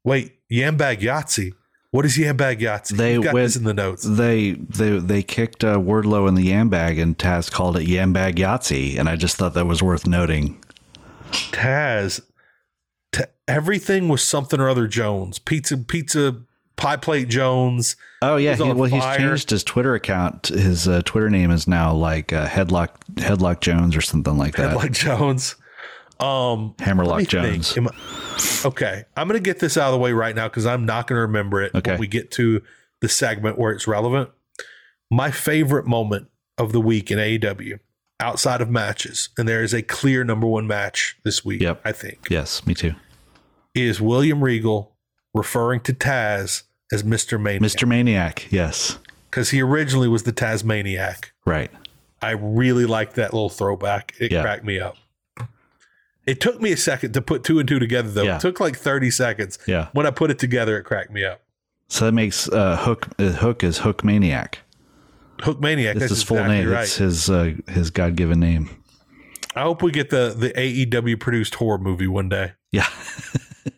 Wait, Yambag Yahtzee. What is Yambag Yahtzee? They You've got went- this in the notes. They they they kicked uh, Wordlow in the yam bag, and Taz called it yam bag Yahtzee, and I just thought that was worth noting. Taz. Ta everything was something or other Jones. Pizza, pizza, pie plate Jones. Oh yeah, He's he, on well fire. he's changed his Twitter account. His uh, Twitter name is now like uh, Headlock Headlock Jones or something like that. Headlock Jones. Um, let me Hammerlock think. Jones. Am I- okay, I'm going to get this out of the way right now because I'm not going to remember it Okay. when we get to the segment where it's relevant. My favorite moment of the week in AEW outside of matches, and there is a clear number one match this week, Yep. I think, Yes, me too. is William Regal referring to Taz as Mr. Maniac Mr. Maniac. Yes. because he originally was the Tasmaniac. Right. I really liked that little throwback. It Yeah. cracked me up. It took me a second to put two and two together, though. Yeah. It took like 30 seconds. Yeah. When I put it together, it cracked me up. So that makes uh, Hook uh, Hook is Hook Maniac. Hook Maniac. It's That's his full exactly name. Right. It's his uh, his God given name. I hope we get the the AEW produced horror movie one day. Yeah.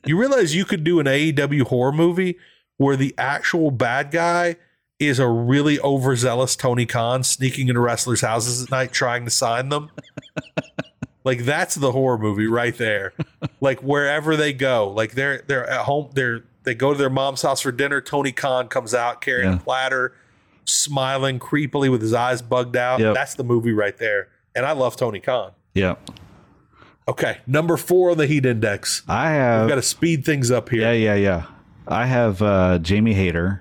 You realize you could do an AEW horror movie where the actual bad guy is a really overzealous Tony Khan sneaking into wrestlers' houses at night trying to sign them. like that's the horror movie right there. Like wherever they go, like they're they're at home, they're they go to their mom's house for dinner. Tony Khan comes out carrying Yeah. a platter, smiling creepily with his eyes bugged out. Yep. That's the movie right there. And I love Tony Khan. yeah. Okay, number four on the heat index. I have We've got to speed things up here. Yeah, yeah, yeah. I have uh, Jamie Hader.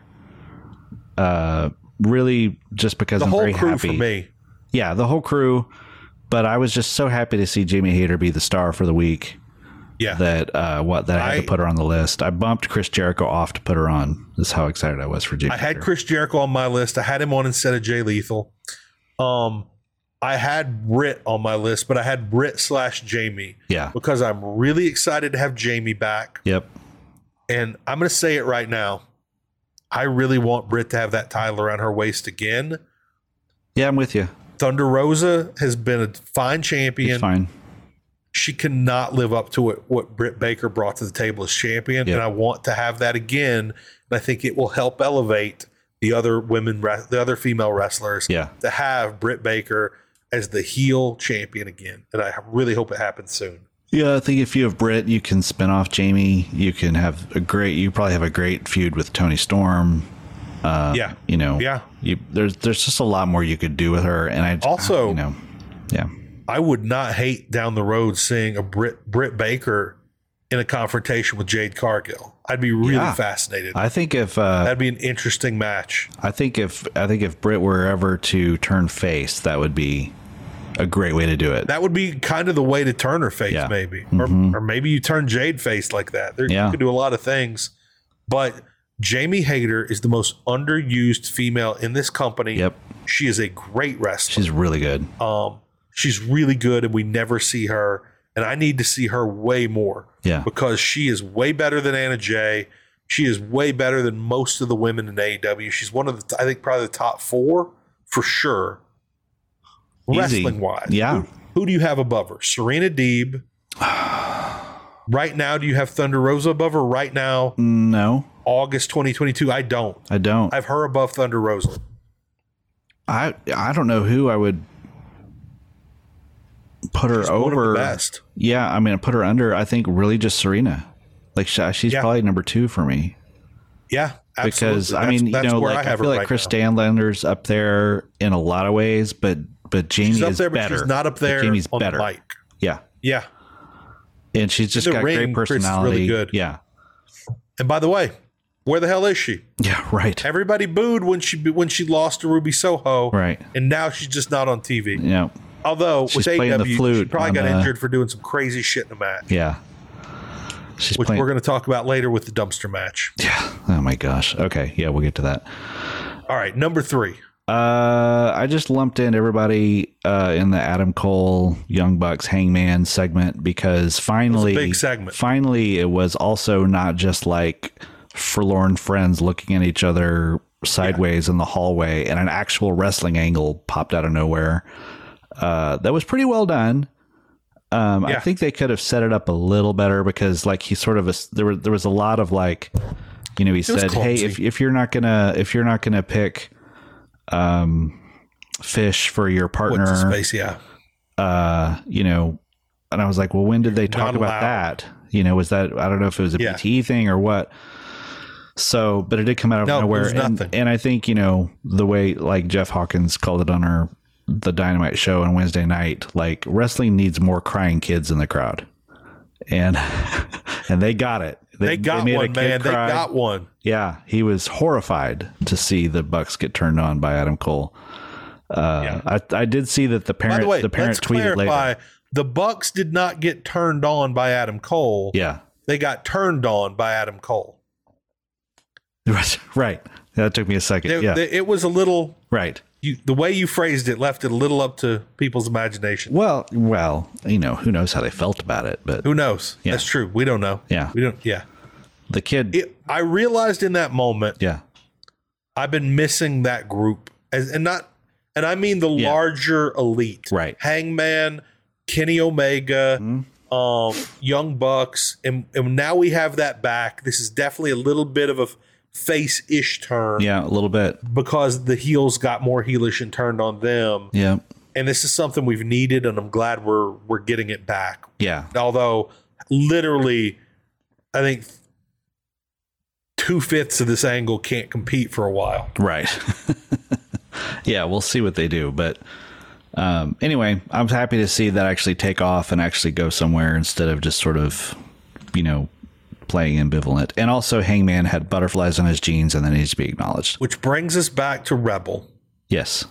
Uh, really, just because the I'm whole very crew happy. for me. Yeah, the whole crew. But I was just so happy to see Jamie Hader be the star for the week Yeah. that uh, what that I had I- to put her on the list. I bumped Chris Jericho off to put her on. That's how excited I was for Jamie. I had Hader. Chris Jericho on my list. I had him on instead of Jay Lethal. Um, I had Britt on my list, but I had Britt slash Jamie Yeah. because I'm really excited to have Jamie back. Yep. And I'm going to say it right now. I really want Britt to have that title around her waist again. Yeah, I'm with you. Thunder Rosa has been a fine It's champion. fine. She cannot live up to what, what Britt Baker brought to the table as champion. Yeah. And I want to have that again. And I think it will help elevate the other women, wres- the other female wrestlers. Yeah. to have Britt Baker as the heel champion again. And I really hope it happens soon. Yeah, I think if you have Britt, you can spin off Jamie. You can have a great. You probably have a great feud with Tony Storm. yeah. Uh, You know. Yeah. you, there's there's just a lot more you could do with her, and I Also- you know, yeah, I would not hate down the road seeing a Britt Britt Baker in a confrontation with Jade Cargill. I'd be really Yeah. fascinated. I think if uh, That'd be an interesting match. I think if I think if Britt were ever to turn face, that would be a great way to do it. That would be kind of the way to turn her face, Yeah. Mm-hmm. maybe, or, or maybe you turn Jade face like that. There, Yeah. You could do a lot of things, but Jamie Hayter is the most underused female in this company. Yep. she is a great wrestler. She's really good. Um, she's really good, and we never see her. And I need to see her way more. Yeah. because she is way better than Anna Jay. She is way better than most of the women in AEW. She's one of the, I think, probably the top four for sure. Easy. Wrestling wise, Yeah. Who, who do you have above her? Serena Deeb. right now, do you have Thunder Rosa above her? Right now, No, August 2022. I don't. I don't. I have her above Thunder Rosa. I I don't know who I would put her One of over. the best. Yeah, I mean, I put her under. I think really just Serena. Like she, she's Yeah. probably number two for me Yeah, absolutely. because I That's- mean, that's you know, where like I, have feel her like right Chris now. Stanlander's up there in a lot of ways, but but Jamie She's up is there, but better. she's not up there. Jamie's on the better. mic. Yeah, Yeah, and she's just the got ring, great Chris is really personality. good. Yeah, and by the way, where the hell is she? yeah, right, Everybody booed when she when she lost to Ruby Soho, right. and now she's just not on TV. Yeah, Although She's with playing the AEW, she flute probably on got the- injured for doing some crazy shit in the match, yeah. She's which playing. we're going to talk about later with the dumpster match. yeah. Oh my gosh. Okay. Yeah, we'll get to that. All right, number three. Uh, I just lumped in everybody uh, in the Adam Cole, Young Bucks, Hangman segment because finally, big segment. Finally, it was also not just like forlorn friends looking at each other sideways in the hallway, and an actual wrestling angle popped out of nowhere. Uh, that was pretty well done. Um, I Yeah. think they could have set it up a little better because, like, he sort of there were there was a lot of like, you know, he was said, "Hey, clumsy. if if you're not gonna if you're not gonna pick." Um, fish for your What's his partner, face? Yeah, uh, you know, and I was like, well, when did they talk not about allowed. that? You know, was that I don't know if it was a Yeah. BTE thing or what. So, but it did come out of No, it nowhere, was and, nothing. and I think you know the way like Jeff Hawkins called it on our the Dynamite show on Wednesday night, like wrestling needs more crying kids in the crowd, and and they got it. they got made a one, kid man. They cry. got one. Yeah, he was horrified to see the Bucks get turned on by Adam Cole. Uh, I, I did see that the By parent the way, the parent let's tweeted clarify: later. the Bucks did not get turned on by Adam Cole. Yeah, They got turned on by Adam Cole. right. right. That took me a second. They- yeah, they- it was a little right. you, the way you phrased it left it a little up to people's imagination. Well, well, you know who knows how they felt about it, but Who knows? Yeah. That's true. We don't know. Yeah. We don't. Yeah. the kid. It, I realized in that moment yeah, I've been missing that group, as, and not, and I mean the Yeah. larger elite, Right. Mm-hmm. Hangman, Kenny Omega, um, Young Bucks, and, and now we have that back. This is definitely a little bit of a face ish turn yeah, a little bit. because the heels got more heelish and turned on them. Yeah, and this is something we've needed and I'm glad we're we're getting it back. yeah, Although literally I think two fifths of this angle can't compete for a while. right. yeah, we'll see what they do, but. Um, anyway, I'm happy to see that actually take off and actually go somewhere instead of just sort of, you know, playing ambivalent. And also, Hangman had butterflies on his jeans, and that needs to be acknowledged. Which brings us back to Rebel. Yes.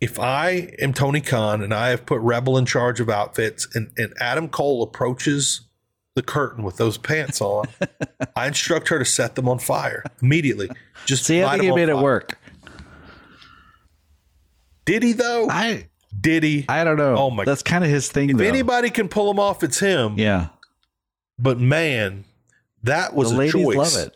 If I am Tony Khan and I have put Rebel in charge of outfits and, and Adam Cole approaches the curtain with those pants on, I instruct her to set them on fire immediately. Just See, I light think them he on made it fire. work. Did he though? I Did he? I don't know. Oh my- That's kind of his thing, though. if anybody can pull him off, it's him. yeah, But man, that the was a ladies choice. love it.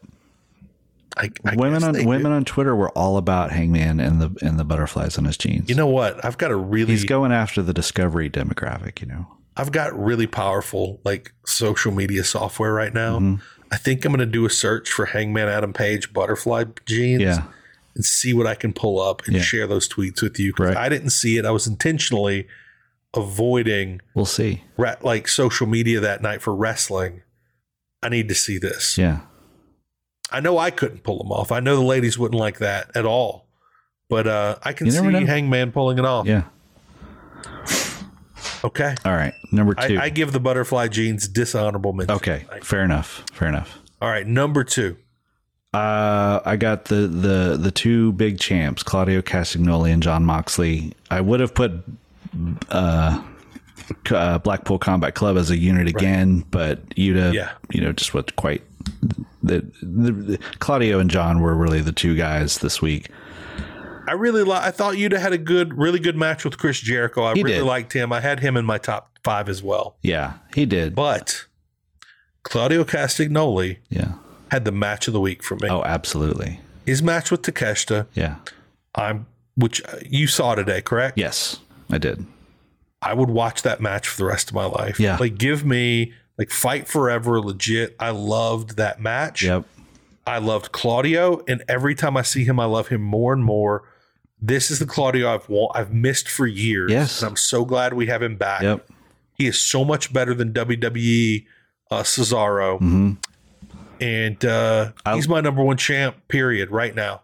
I, I women guess on they women do. on Twitter were all about Hangman and the and the butterflies on his jeans. You know what? I've got a really he's going after the discovery demographic. You know. I've got really powerful like social media software right now. Mm-hmm. I think I'm going to do a search for Hangman Adam Page butterfly jeans Yeah. and see what I can pull up and Yeah. share those tweets with you 'cause Right. I didn't see it. I was intentionally avoiding We'll see. re- like social media that night for wrestling. I need to see this. Yeah. I know I couldn't pull them off. I know the ladies wouldn't like that at all. But uh, I can You see never know. Oh. Hangman pulling it off. Yeah. Okay. All right. Number I, two. I give the butterfly jeans dishonorable mention. okay. I- Fair enough. Fair enough. All right. Number two. Uh, I got the the the two big champs, Claudio Castagnoli and John Moxley. I would have put uh, c- uh, Blackpool Combat Club as a unit again, but Yuta, Yeah. you know, just what quite the, the, the Claudio and John were really the two guys this week. I really like. I thought you'd had a good, really good match with Chris Jericho. I He really did. liked him. I had him in my top five as well. Yeah, he did. But Claudio Castagnoli yeah. had the match of the week for me. Oh, absolutely. His match with Takeshita, Yeah. I'm which uh, you saw today, correct? Yes, I did. I would watch that match for the rest of my life. Yeah. Like give me like fight forever legit. I loved that match. Yep. I loved Claudio and every time I see him I love him more and more. This is the Claudio I've wa- I've missed for years. Yes. And I'm so glad we have him back. Yep. He is so much better than WWE uh, Cesaro. hmm and uh, I- he's my number one champ. Period. Right now,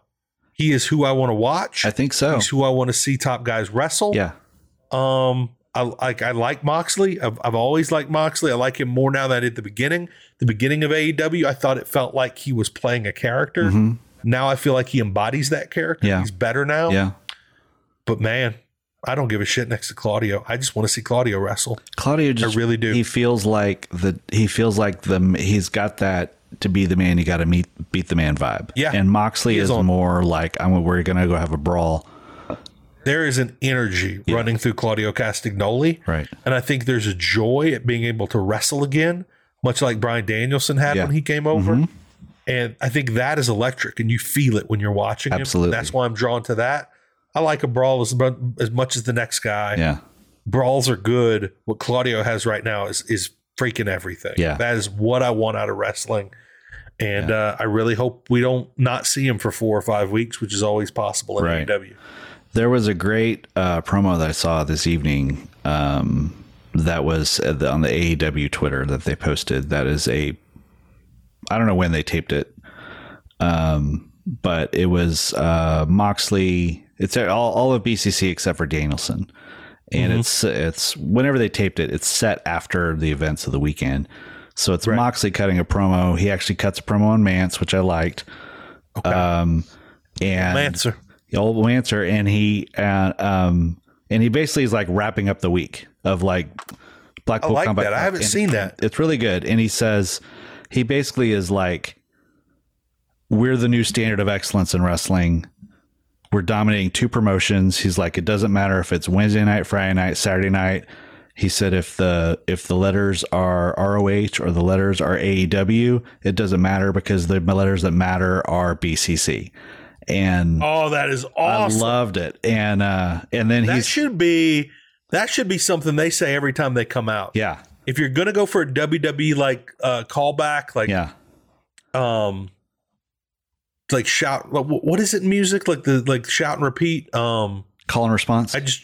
he is who I want to watch. I think so. He's who I want to see top guys wrestle. Yeah. Um. I like I like Moxley. I've, I've always liked Moxley. I like him more now than I did at the beginning. The beginning of AEW, I thought it felt like he was playing a character. Mhm. Now I feel like he embodies that character. Yeah. He's better now. Yeah. But man, I don't give a shit next to Claudio. I just want to see Claudio wrestle. Claudio just really do. He feels like the he feels like the he's got that to be the man you got to meet beat the man vibe. Yeah. and Moxley He is is, on. more like I'm we're gonna go have a brawl. There is an energy running through Claudio Castagnoli. Right. And I think there's a joy at being able to wrestle again, much like Brian Danielson had Yeah. Mm-hmm. when he came over. And I think that is electric, and you feel it when you're watching him. Absolutely. That's why I'm drawn to that. I like a brawl as, mu- as much as the next guy. Yeah, Brawls are good. What Claudio has right now is is freaking everything. Yeah. That is what I want out of wrestling. And uh, I really hope we don't not see him for four or five weeks, which is always possible in E Right. AEW. there was a great uh, promo that I saw this evening. Um, that was uh, the, on the AEW Twitter that they posted. That is a I don't know when they taped it, um, but it was uh, Moxley. It's all, all of BCC except for Danielson, and it's it's whenever they taped it, it's set after the events of the weekend. So it's Moxley cutting a promo. He actually cuts a promo on Mance, which I liked. Um, and Lancer. the old Lancer, and he uh, um, and he basically is like wrapping up the week of like I Blackpool like Combat. that. I Club. haven't And seen that. It's really good, and he says he basically is like, "We're the new standard of excellence in wrestling. We're dominating two promotions." He's like, "It doesn't matter if it's Wednesday night, Friday night, Saturday night." He said, "If the if the letters are ROH or the letters are AEW, it doesn't matter because the letters that matter are BCC." And Oh, that is awesome. I loved it. And uh and then That he's should be that should be something they say every time they come out. yeah, If you're gonna go for a WWE like uh, callback, like yeah. um, like shout, like, wh- what is it? in Music like the like shout and repeat. Um, Call and response. I just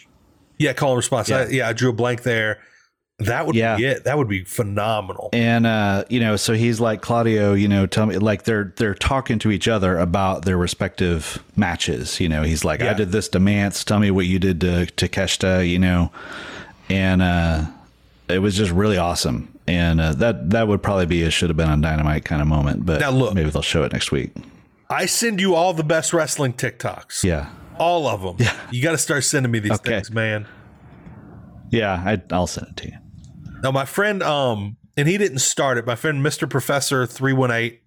yeah, call and response. Yeah, I, yeah, I drew a blank there. That would Yeah. be it. That would be phenomenal. and uh, you know, so he's like Claudio, you know, tell me like they're they're talking to each other about their respective matches. You know, he's like, Yeah. I did this to Mance, tell me what you did to to Keshta, you know. And uh it was just really awesome. And uh, that that would probably be a should have been on dynamite kind of moment. But Now, look. maybe they'll show it next week. I send you all the best wrestling TikToks. Yeah. all of them. Yeah. you got to start sending me these Okay. things, man. Yeah, I, I'll send it to you. Now, my friend, um, and he didn't start it. My friend, Mister Professor three one eight,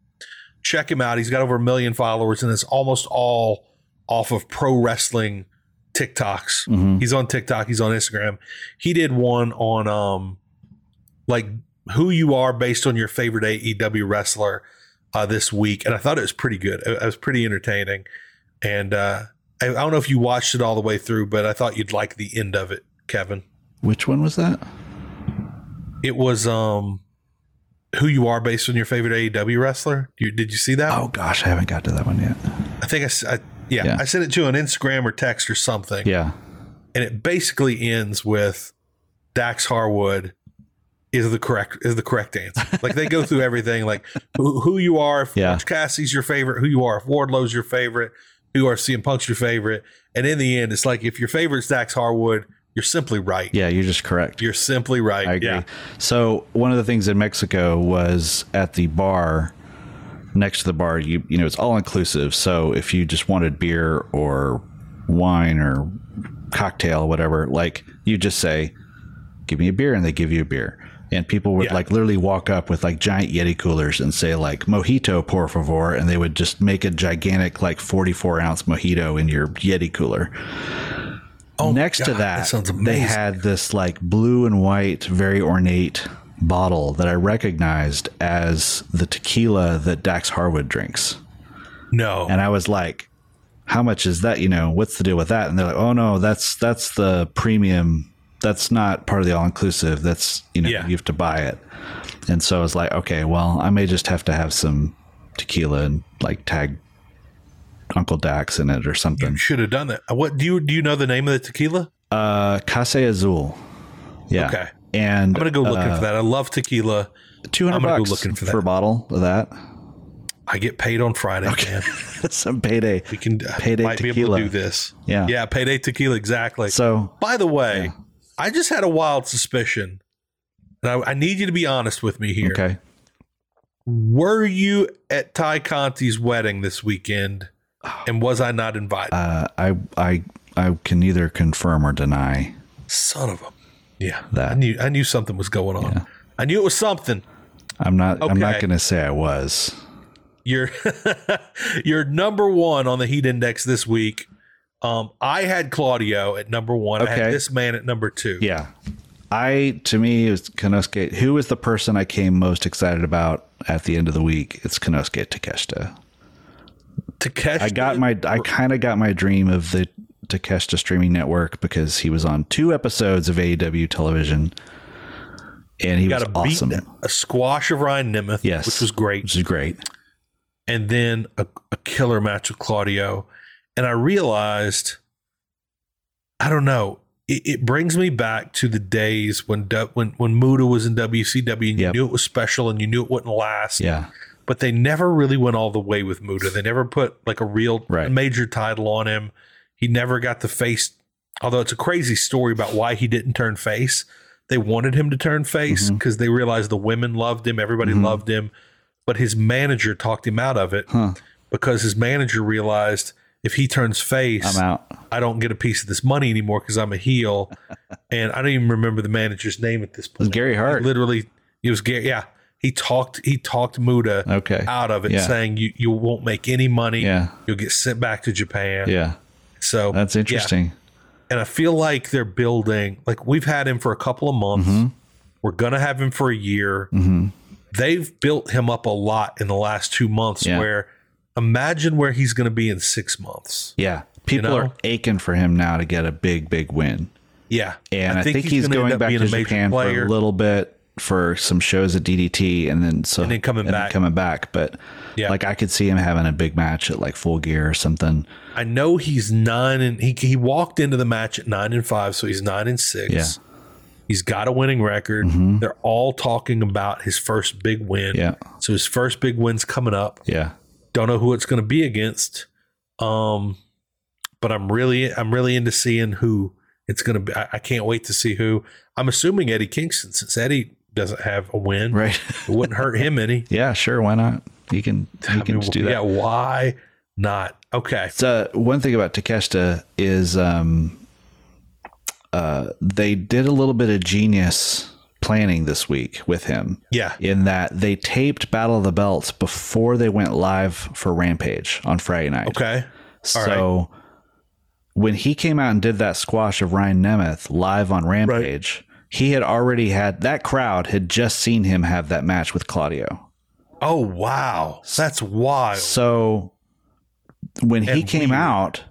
check him out. He's got over a million followers, and it's almost all off of pro wrestling TikToks. He's on TikTok. He's on Instagram. He did one on um, like who you are based on your favorite AEW wrestler uh, this week, and I thought it was pretty good. It, it was pretty entertaining, and uh, I, I don't know if you watched it all the way through, but I thought you'd like the end of it, Kevin. Which one was that? It was um who you are based on your favorite AEW wrestler. You, did you see that? Oh gosh, I haven't got to that one yet. I think I, s- I- yeah, Yeah. I sent it to an Instagram or text or something. Yeah. And it basically ends with Dax Harwood is the correct is the correct answer. Like they go through everything like who, who you are, if Yeah. Orange Cassidy's your favorite, who you are, if Wardlow's your favorite, who you are if CM Punk's your favorite. And in the end, it's like if your favorite's Dax Harwood, You're simply right. Yeah, you're just correct. You're simply right. I agree. Yeah. So one of the things in Mexico was at the bar next to the bar. You you know it's all inclusive. So if you just wanted beer or wine or cocktail, whatever, like you just say, "Give me a beer," and they give you a beer. And people would Yeah. like literally walk up with like giant Yeti coolers and say like "Mojito, por favor," and they would just make a gigantic like forty-four ounce mojito in your Yeti cooler Oh, my next to God, that, sounds they amazing. had this like blue and white, very ornate bottle that I recognized as the tequila that Dax Harwood drinks. no. And I was like, how much is that? You know, what's the deal with that? And they're like, oh no, that's that's the premium. That's not part of the all inclusive. That's you know, Yeah. you have to buy it. And so I was like, okay, well, I may just have to have some tequila and like tag Uncle Dax in it or something. should have done that. What do you do? You know the name of the tequila? Uh, Casa Azul. Yeah. Okay. And uh, I'm gonna go looking for that. I love tequila. two hundred I'm gonna bucks go looking for that. a bottle of that. I get paid on Friday, man. Some payday. We can uh, Payday might be able tequila. to do this. Yeah. yeah, payday tequila exactly. So By the way, I just had a wild suspicion. And I, I need you to be honest with me here. okay. Were you at Ty Conti's wedding this weekend? Oh. And was I not invited? Uh, I I I can neither confirm or deny. Son of a yeah. That. I knew I knew something was going on. I knew it was something. I'm not I'm not Okay. going to say I was. You're you're number one on the heat index this week. Um, I had Claudio at number one. I Okay. had this man at number two. Yeah. I to me it was Kanosuke. Who is the person I came most excited about at the end of the week? It's Kanosuke Takeshita. Takeshi, I got my I kind of got my dream of the Takeshita streaming network because he was on two episodes of AEW television, and he got a was beat, awesome. a squash of Ryan Nemeth, Yes. which was great. Which is great. and then a, a killer match with Claudio. And I realized, I don't know, it, it brings me back to the days when du- when when Muda was in WCW and Yep. you knew it was special and you knew it wouldn't last. Yeah. But they never really went all the way with Muda. They never put like a real Right. major title on him. He never got the face. Although it's a crazy story about why he didn't turn face. They wanted him to turn face Mm-hmm. because they realized the women loved him, everybody Mhm. loved him, but his manager talked him out of it Huh. because his manager realized if he turns face, I'm out. I don't get a piece of this money anymore because I'm a heel. and I don't even remember the manager's name at this It's point. Gary Hart. He literally, it was Gary. Yeah, he talked. He talked Muda Okay. out of it, Yeah. saying you you won't make any money. Yeah. You'll get sent back to Japan. Yeah. So That's yeah. interesting. And I feel like they're building. Like we've had him for a couple of months. Mm-hmm. We're gonna have him for a year hmm they've built him up a lot in the last two months Yeah. where imagine where he's going to be in six months Yeah. People know? are aching for him now to get a big, big win. yeah And I think, he's, gonna end going up back being to Japan for a little bit for some shows at DDT and then so And then coming back. coming back. But Yeah. like I could see him having a big match at like full gear or something. i know he's nine and he, he walked into the match at nine and five so he's nine and six Yeah. Mm-hmm. he's got a winning record they're all talking about his first big win Yeah. so his first big win's coming up Yeah. don't know who it's going to be against um but i'm really i'm really into seeing who it's going to be I, I can't wait to see who i'm assuming eddie kingston since eddie doesn't have a win Right. it wouldn't hurt him any yeah, sure, why not? He can I he can mean, just do that. yeah why not okay So one thing about Takeshita is um, uh, they did a little bit of genius planning this week with him. yeah In that they taped Battle of the Belts before they went live for Rampage on Friday night. okay So when he came out and did that squash of Ryan Nemeth live on Rampage, he had already had that crowd had just seen him have that match with Claudio. oh wow that's wild So when he And came weird. out,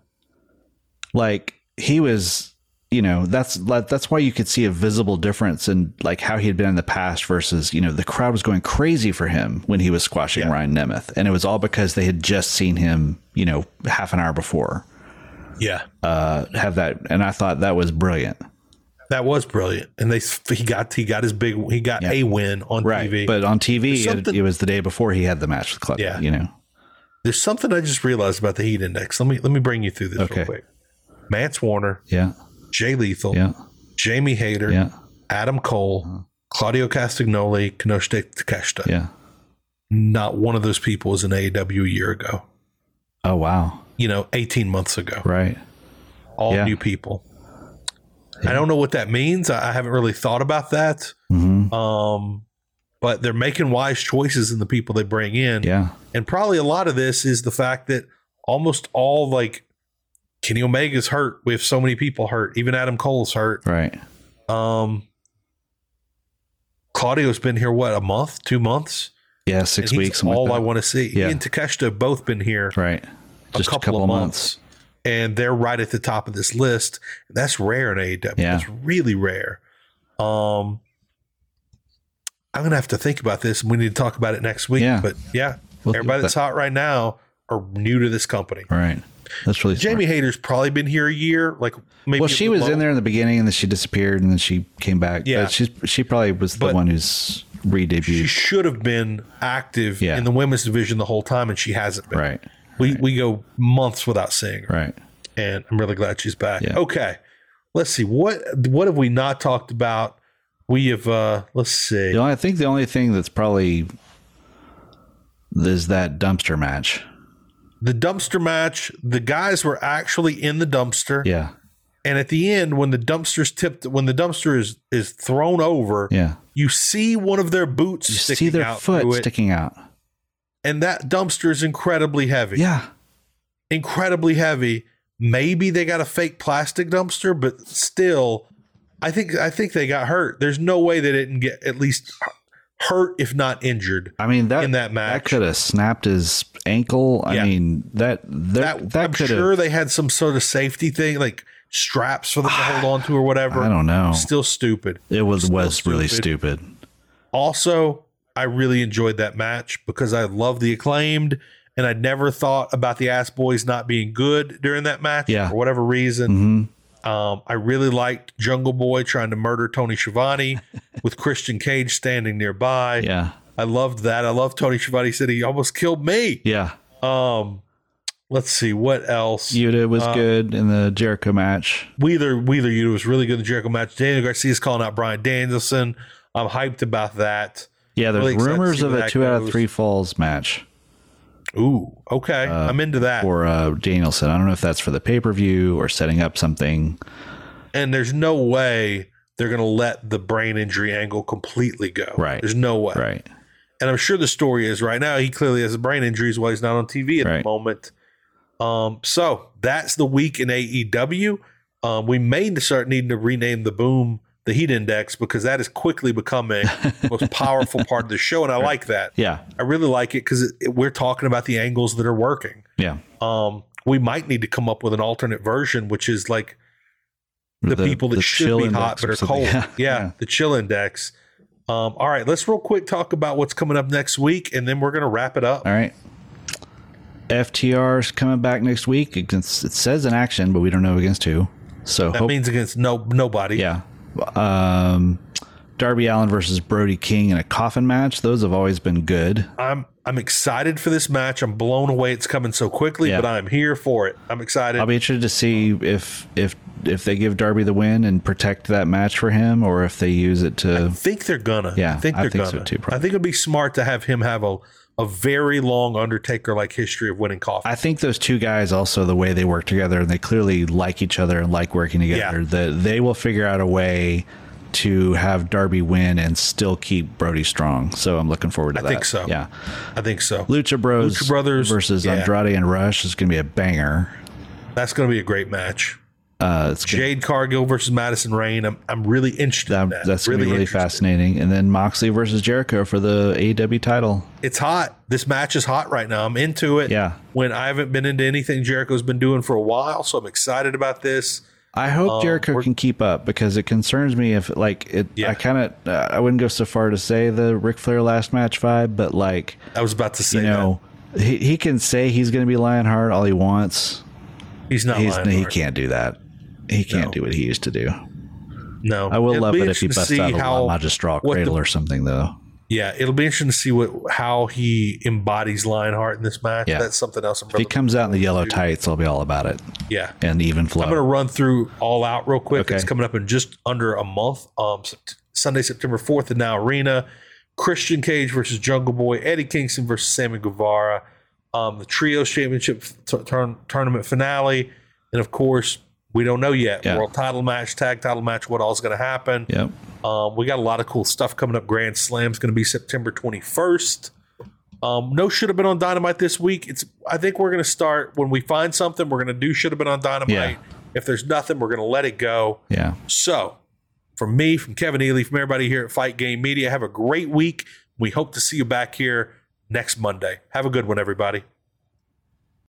like he was, you know, that's like, that's why you could see a visible difference in like how he had been in the past versus, you know, the crowd was going crazy for him when he was squashing Ryan Nemeth, and it was all because they had just seen him, you know, half an hour before yeah uh, have that, and I thought that was brilliant. that was brilliant and they he got he got his big he got a win on tv but on TV, it, something- it was the day before he had the match with Club. Yeah. you know, there's something i just realized about the heat index let me let me bring you through this Okay. real quick Mance Warner, yeah, Jay Lethal, yeah, Jamie Hayter, Yeah. Uh-huh. Adam Cole, Claudio Castagnoli, Kinoshite Takeshita. Yeah. Not one of those people was in AEW a year ago. Oh wow. You know, 18 months ago. Right. All Yeah. new people. I don't know what that means. I, I haven't really thought about that. hmm Um, but they're making wise choices in the people they bring in. Yeah. And probably a lot of this is the fact that almost all like Kenny Omega's hurt. We have so many people hurt. Even Adam Cole's hurt. Right. Um, Claudio's been here what a month, two months. Yeah. Six And he's weeks. something All I like want to see. Yeah. He and Takeshita have both been here that. right. Just a couple, of months. and they're right at the top of this list. That's rare in AEW. Yeah. That's really rare. Um, I'm gonna have to think about this. and We need to talk about it next week. Yeah. But yeah, We'll do everybody that's hot right now are new to this company. Right. That's really smart. Jamie Hayter's probably been here a year. Like maybe Well, a she little was longer. in there in the beginning, and then she disappeared, and then she came back. Yeah. But she's she probably was the But- one who's She re-debuted. should have been active Yeah. in the women's division the whole time, and she hasn't been. right. We we go months without seeing her. Right. and I'm really glad she's back. Yeah. Okay, let's see what what have we not talked about. We have uh let's see. The only, I think the only thing that's probably is that dumpster match. The dumpster match, the guys were actually in the dumpster Yeah. and at the end when the dumpster's tipped when the dumpster is is thrown over, Yeah. you see one of their boots You sticking see their out foot through it, sticking out. and that dumpster is incredibly heavy. Yeah. Incredibly heavy. Maybe they got a fake plastic dumpster, but still I think I think they got hurt. There's no way they didn't get at least hurt if not injured. I mean that in that that match. could have snapped his ankle. I Yeah. mean that that that, that, I'm could have. sure they had some sort of safety thing, like straps for them to hold on to or whatever. I don't know. Still stupid. It was still was really stupid. Also, I really enjoyed that match because I love the acclaimed, and I never thought about the Ass Boys not being good during that match Yeah. for whatever reason. hmm Um, I really liked Jungle Boy trying to murder Tony Schiavone with Christian Cage standing nearby. Yeah. I loved that. I love Tony Schiavone said he almost killed me. Yeah. Um, let's see what else. Yuta was Uh, good in the Jericho match. Wheeler Wheeler Yuta was really good in the Jericho match. Daniel Garcia's calling out Brian Danielson. I'm hyped about that. Yeah, there's really excited to rumors see of where a that two out of goes. three falls match Ooh, okay, I'm into that. for uh, Danielson. I don't know if that's for the pay per view or setting up something. And there's no way they're gonna let the brain injury angle completely go. Right. There's no way. Right. And I'm sure the story is right now he clearly has a brain injury, is why he's not on TV at Right. the moment. Um, so that's the week in AEW. Um, we may start needing to rename the boom the heat index because that is quickly becoming the most powerful part of the show, and I like that. Yeah. I really like it because it, it- we're talking about the angles that are working. Yeah. Um, we might need to come up with an alternate version, which is like the, people that should chill be index hot but or are something. cold. Yeah. Yeah, the chill index. Um, all right, let's real quick talk about what's coming up next week, and then we're gonna wrap it up. All right. FTR's coming back next week. Against, it says in action, but we don't know against who. So That hope, means against no nobody. yeah. Um, Darby Allen versus Brody King in a coffin match. Those have always been good. I'm I'm excited for this match. I'm blown away it's coming so quickly, Yeah. but I'm here for it. I'm excited. I'll be interested to see if if if they give Darby the win and protect that match for him, or if they use it to think they're gonna. Yeah, I think I they're think so gonna. too, probably. I think it'd be smart to have him have a a very long Undertaker like history of winning coffee. I think those two guys also the way they work together and they clearly like each other and like working together Yeah. that they will figure out a way to have Darby win and still keep Brody strong. So I'm looking forward to that. think so. Yeah. I think so. Lucha Bros Lucha Brothers, versus yeah. Andrade and Rush is going to be a banger. That's going to be a great match. Uh, it's gonna, Jade Cargill versus Madison Rain. I'm, I'm really interested. in that- that. that's going to be really interested. fascinating. And then Moxley versus Jericho for the AEW title. It's hot. This match is hot right now. I'm into it. Yeah. When I haven't been into anything Jericho's been doing for a while, so I'm excited about this. I hope Um, Jericho can keep up because it concerns me if like it. Yeah. I kind of uh, I wouldn't go so far to say the Ric Flair last match vibe, but like I was about to say you know, he, he can say he's going to be Lionheart all he wants. that. he's not. He's, lying, he Mark. can't do that. He can't No. do what he used to do. No, I will It'll love be it if he interesting to busts see out a how- La Majestra what the- cradle or something, though. yeah, it'll be interesting to see what how he embodies Lionheart in this match. Yeah. That's something else. I'm If he really- comes out in the yellow tights, I'll be all about it. yeah. And even flow. I'm going to run through all out real quick. Okay. It's coming up in just under a month. Um, Sept- Sunday, September 4th, in Now Arena. Christian Cage versus Jungle Boy. Eddie Kingston versus Sammy Guevara. Um, the Trios Championship t- turn- tournament finale, and of course, we don't know yet. Yeah. World title match, tag title match. What all's going to happen? yep. Um, we got a lot of cool stuff coming up. Grand Slam's going to be September 21st. Um, no should have been on Dynamite this week. It's I think we're going to start when we find something. We're going to do should have been on Dynamite. Yeah. If there's nothing, we're going to let it go. Yeah. So, from me, from Kevin Ely, from everybody here at Fight Game Media, have a great week. We hope to see you back here next Monday. Have a good one, everybody.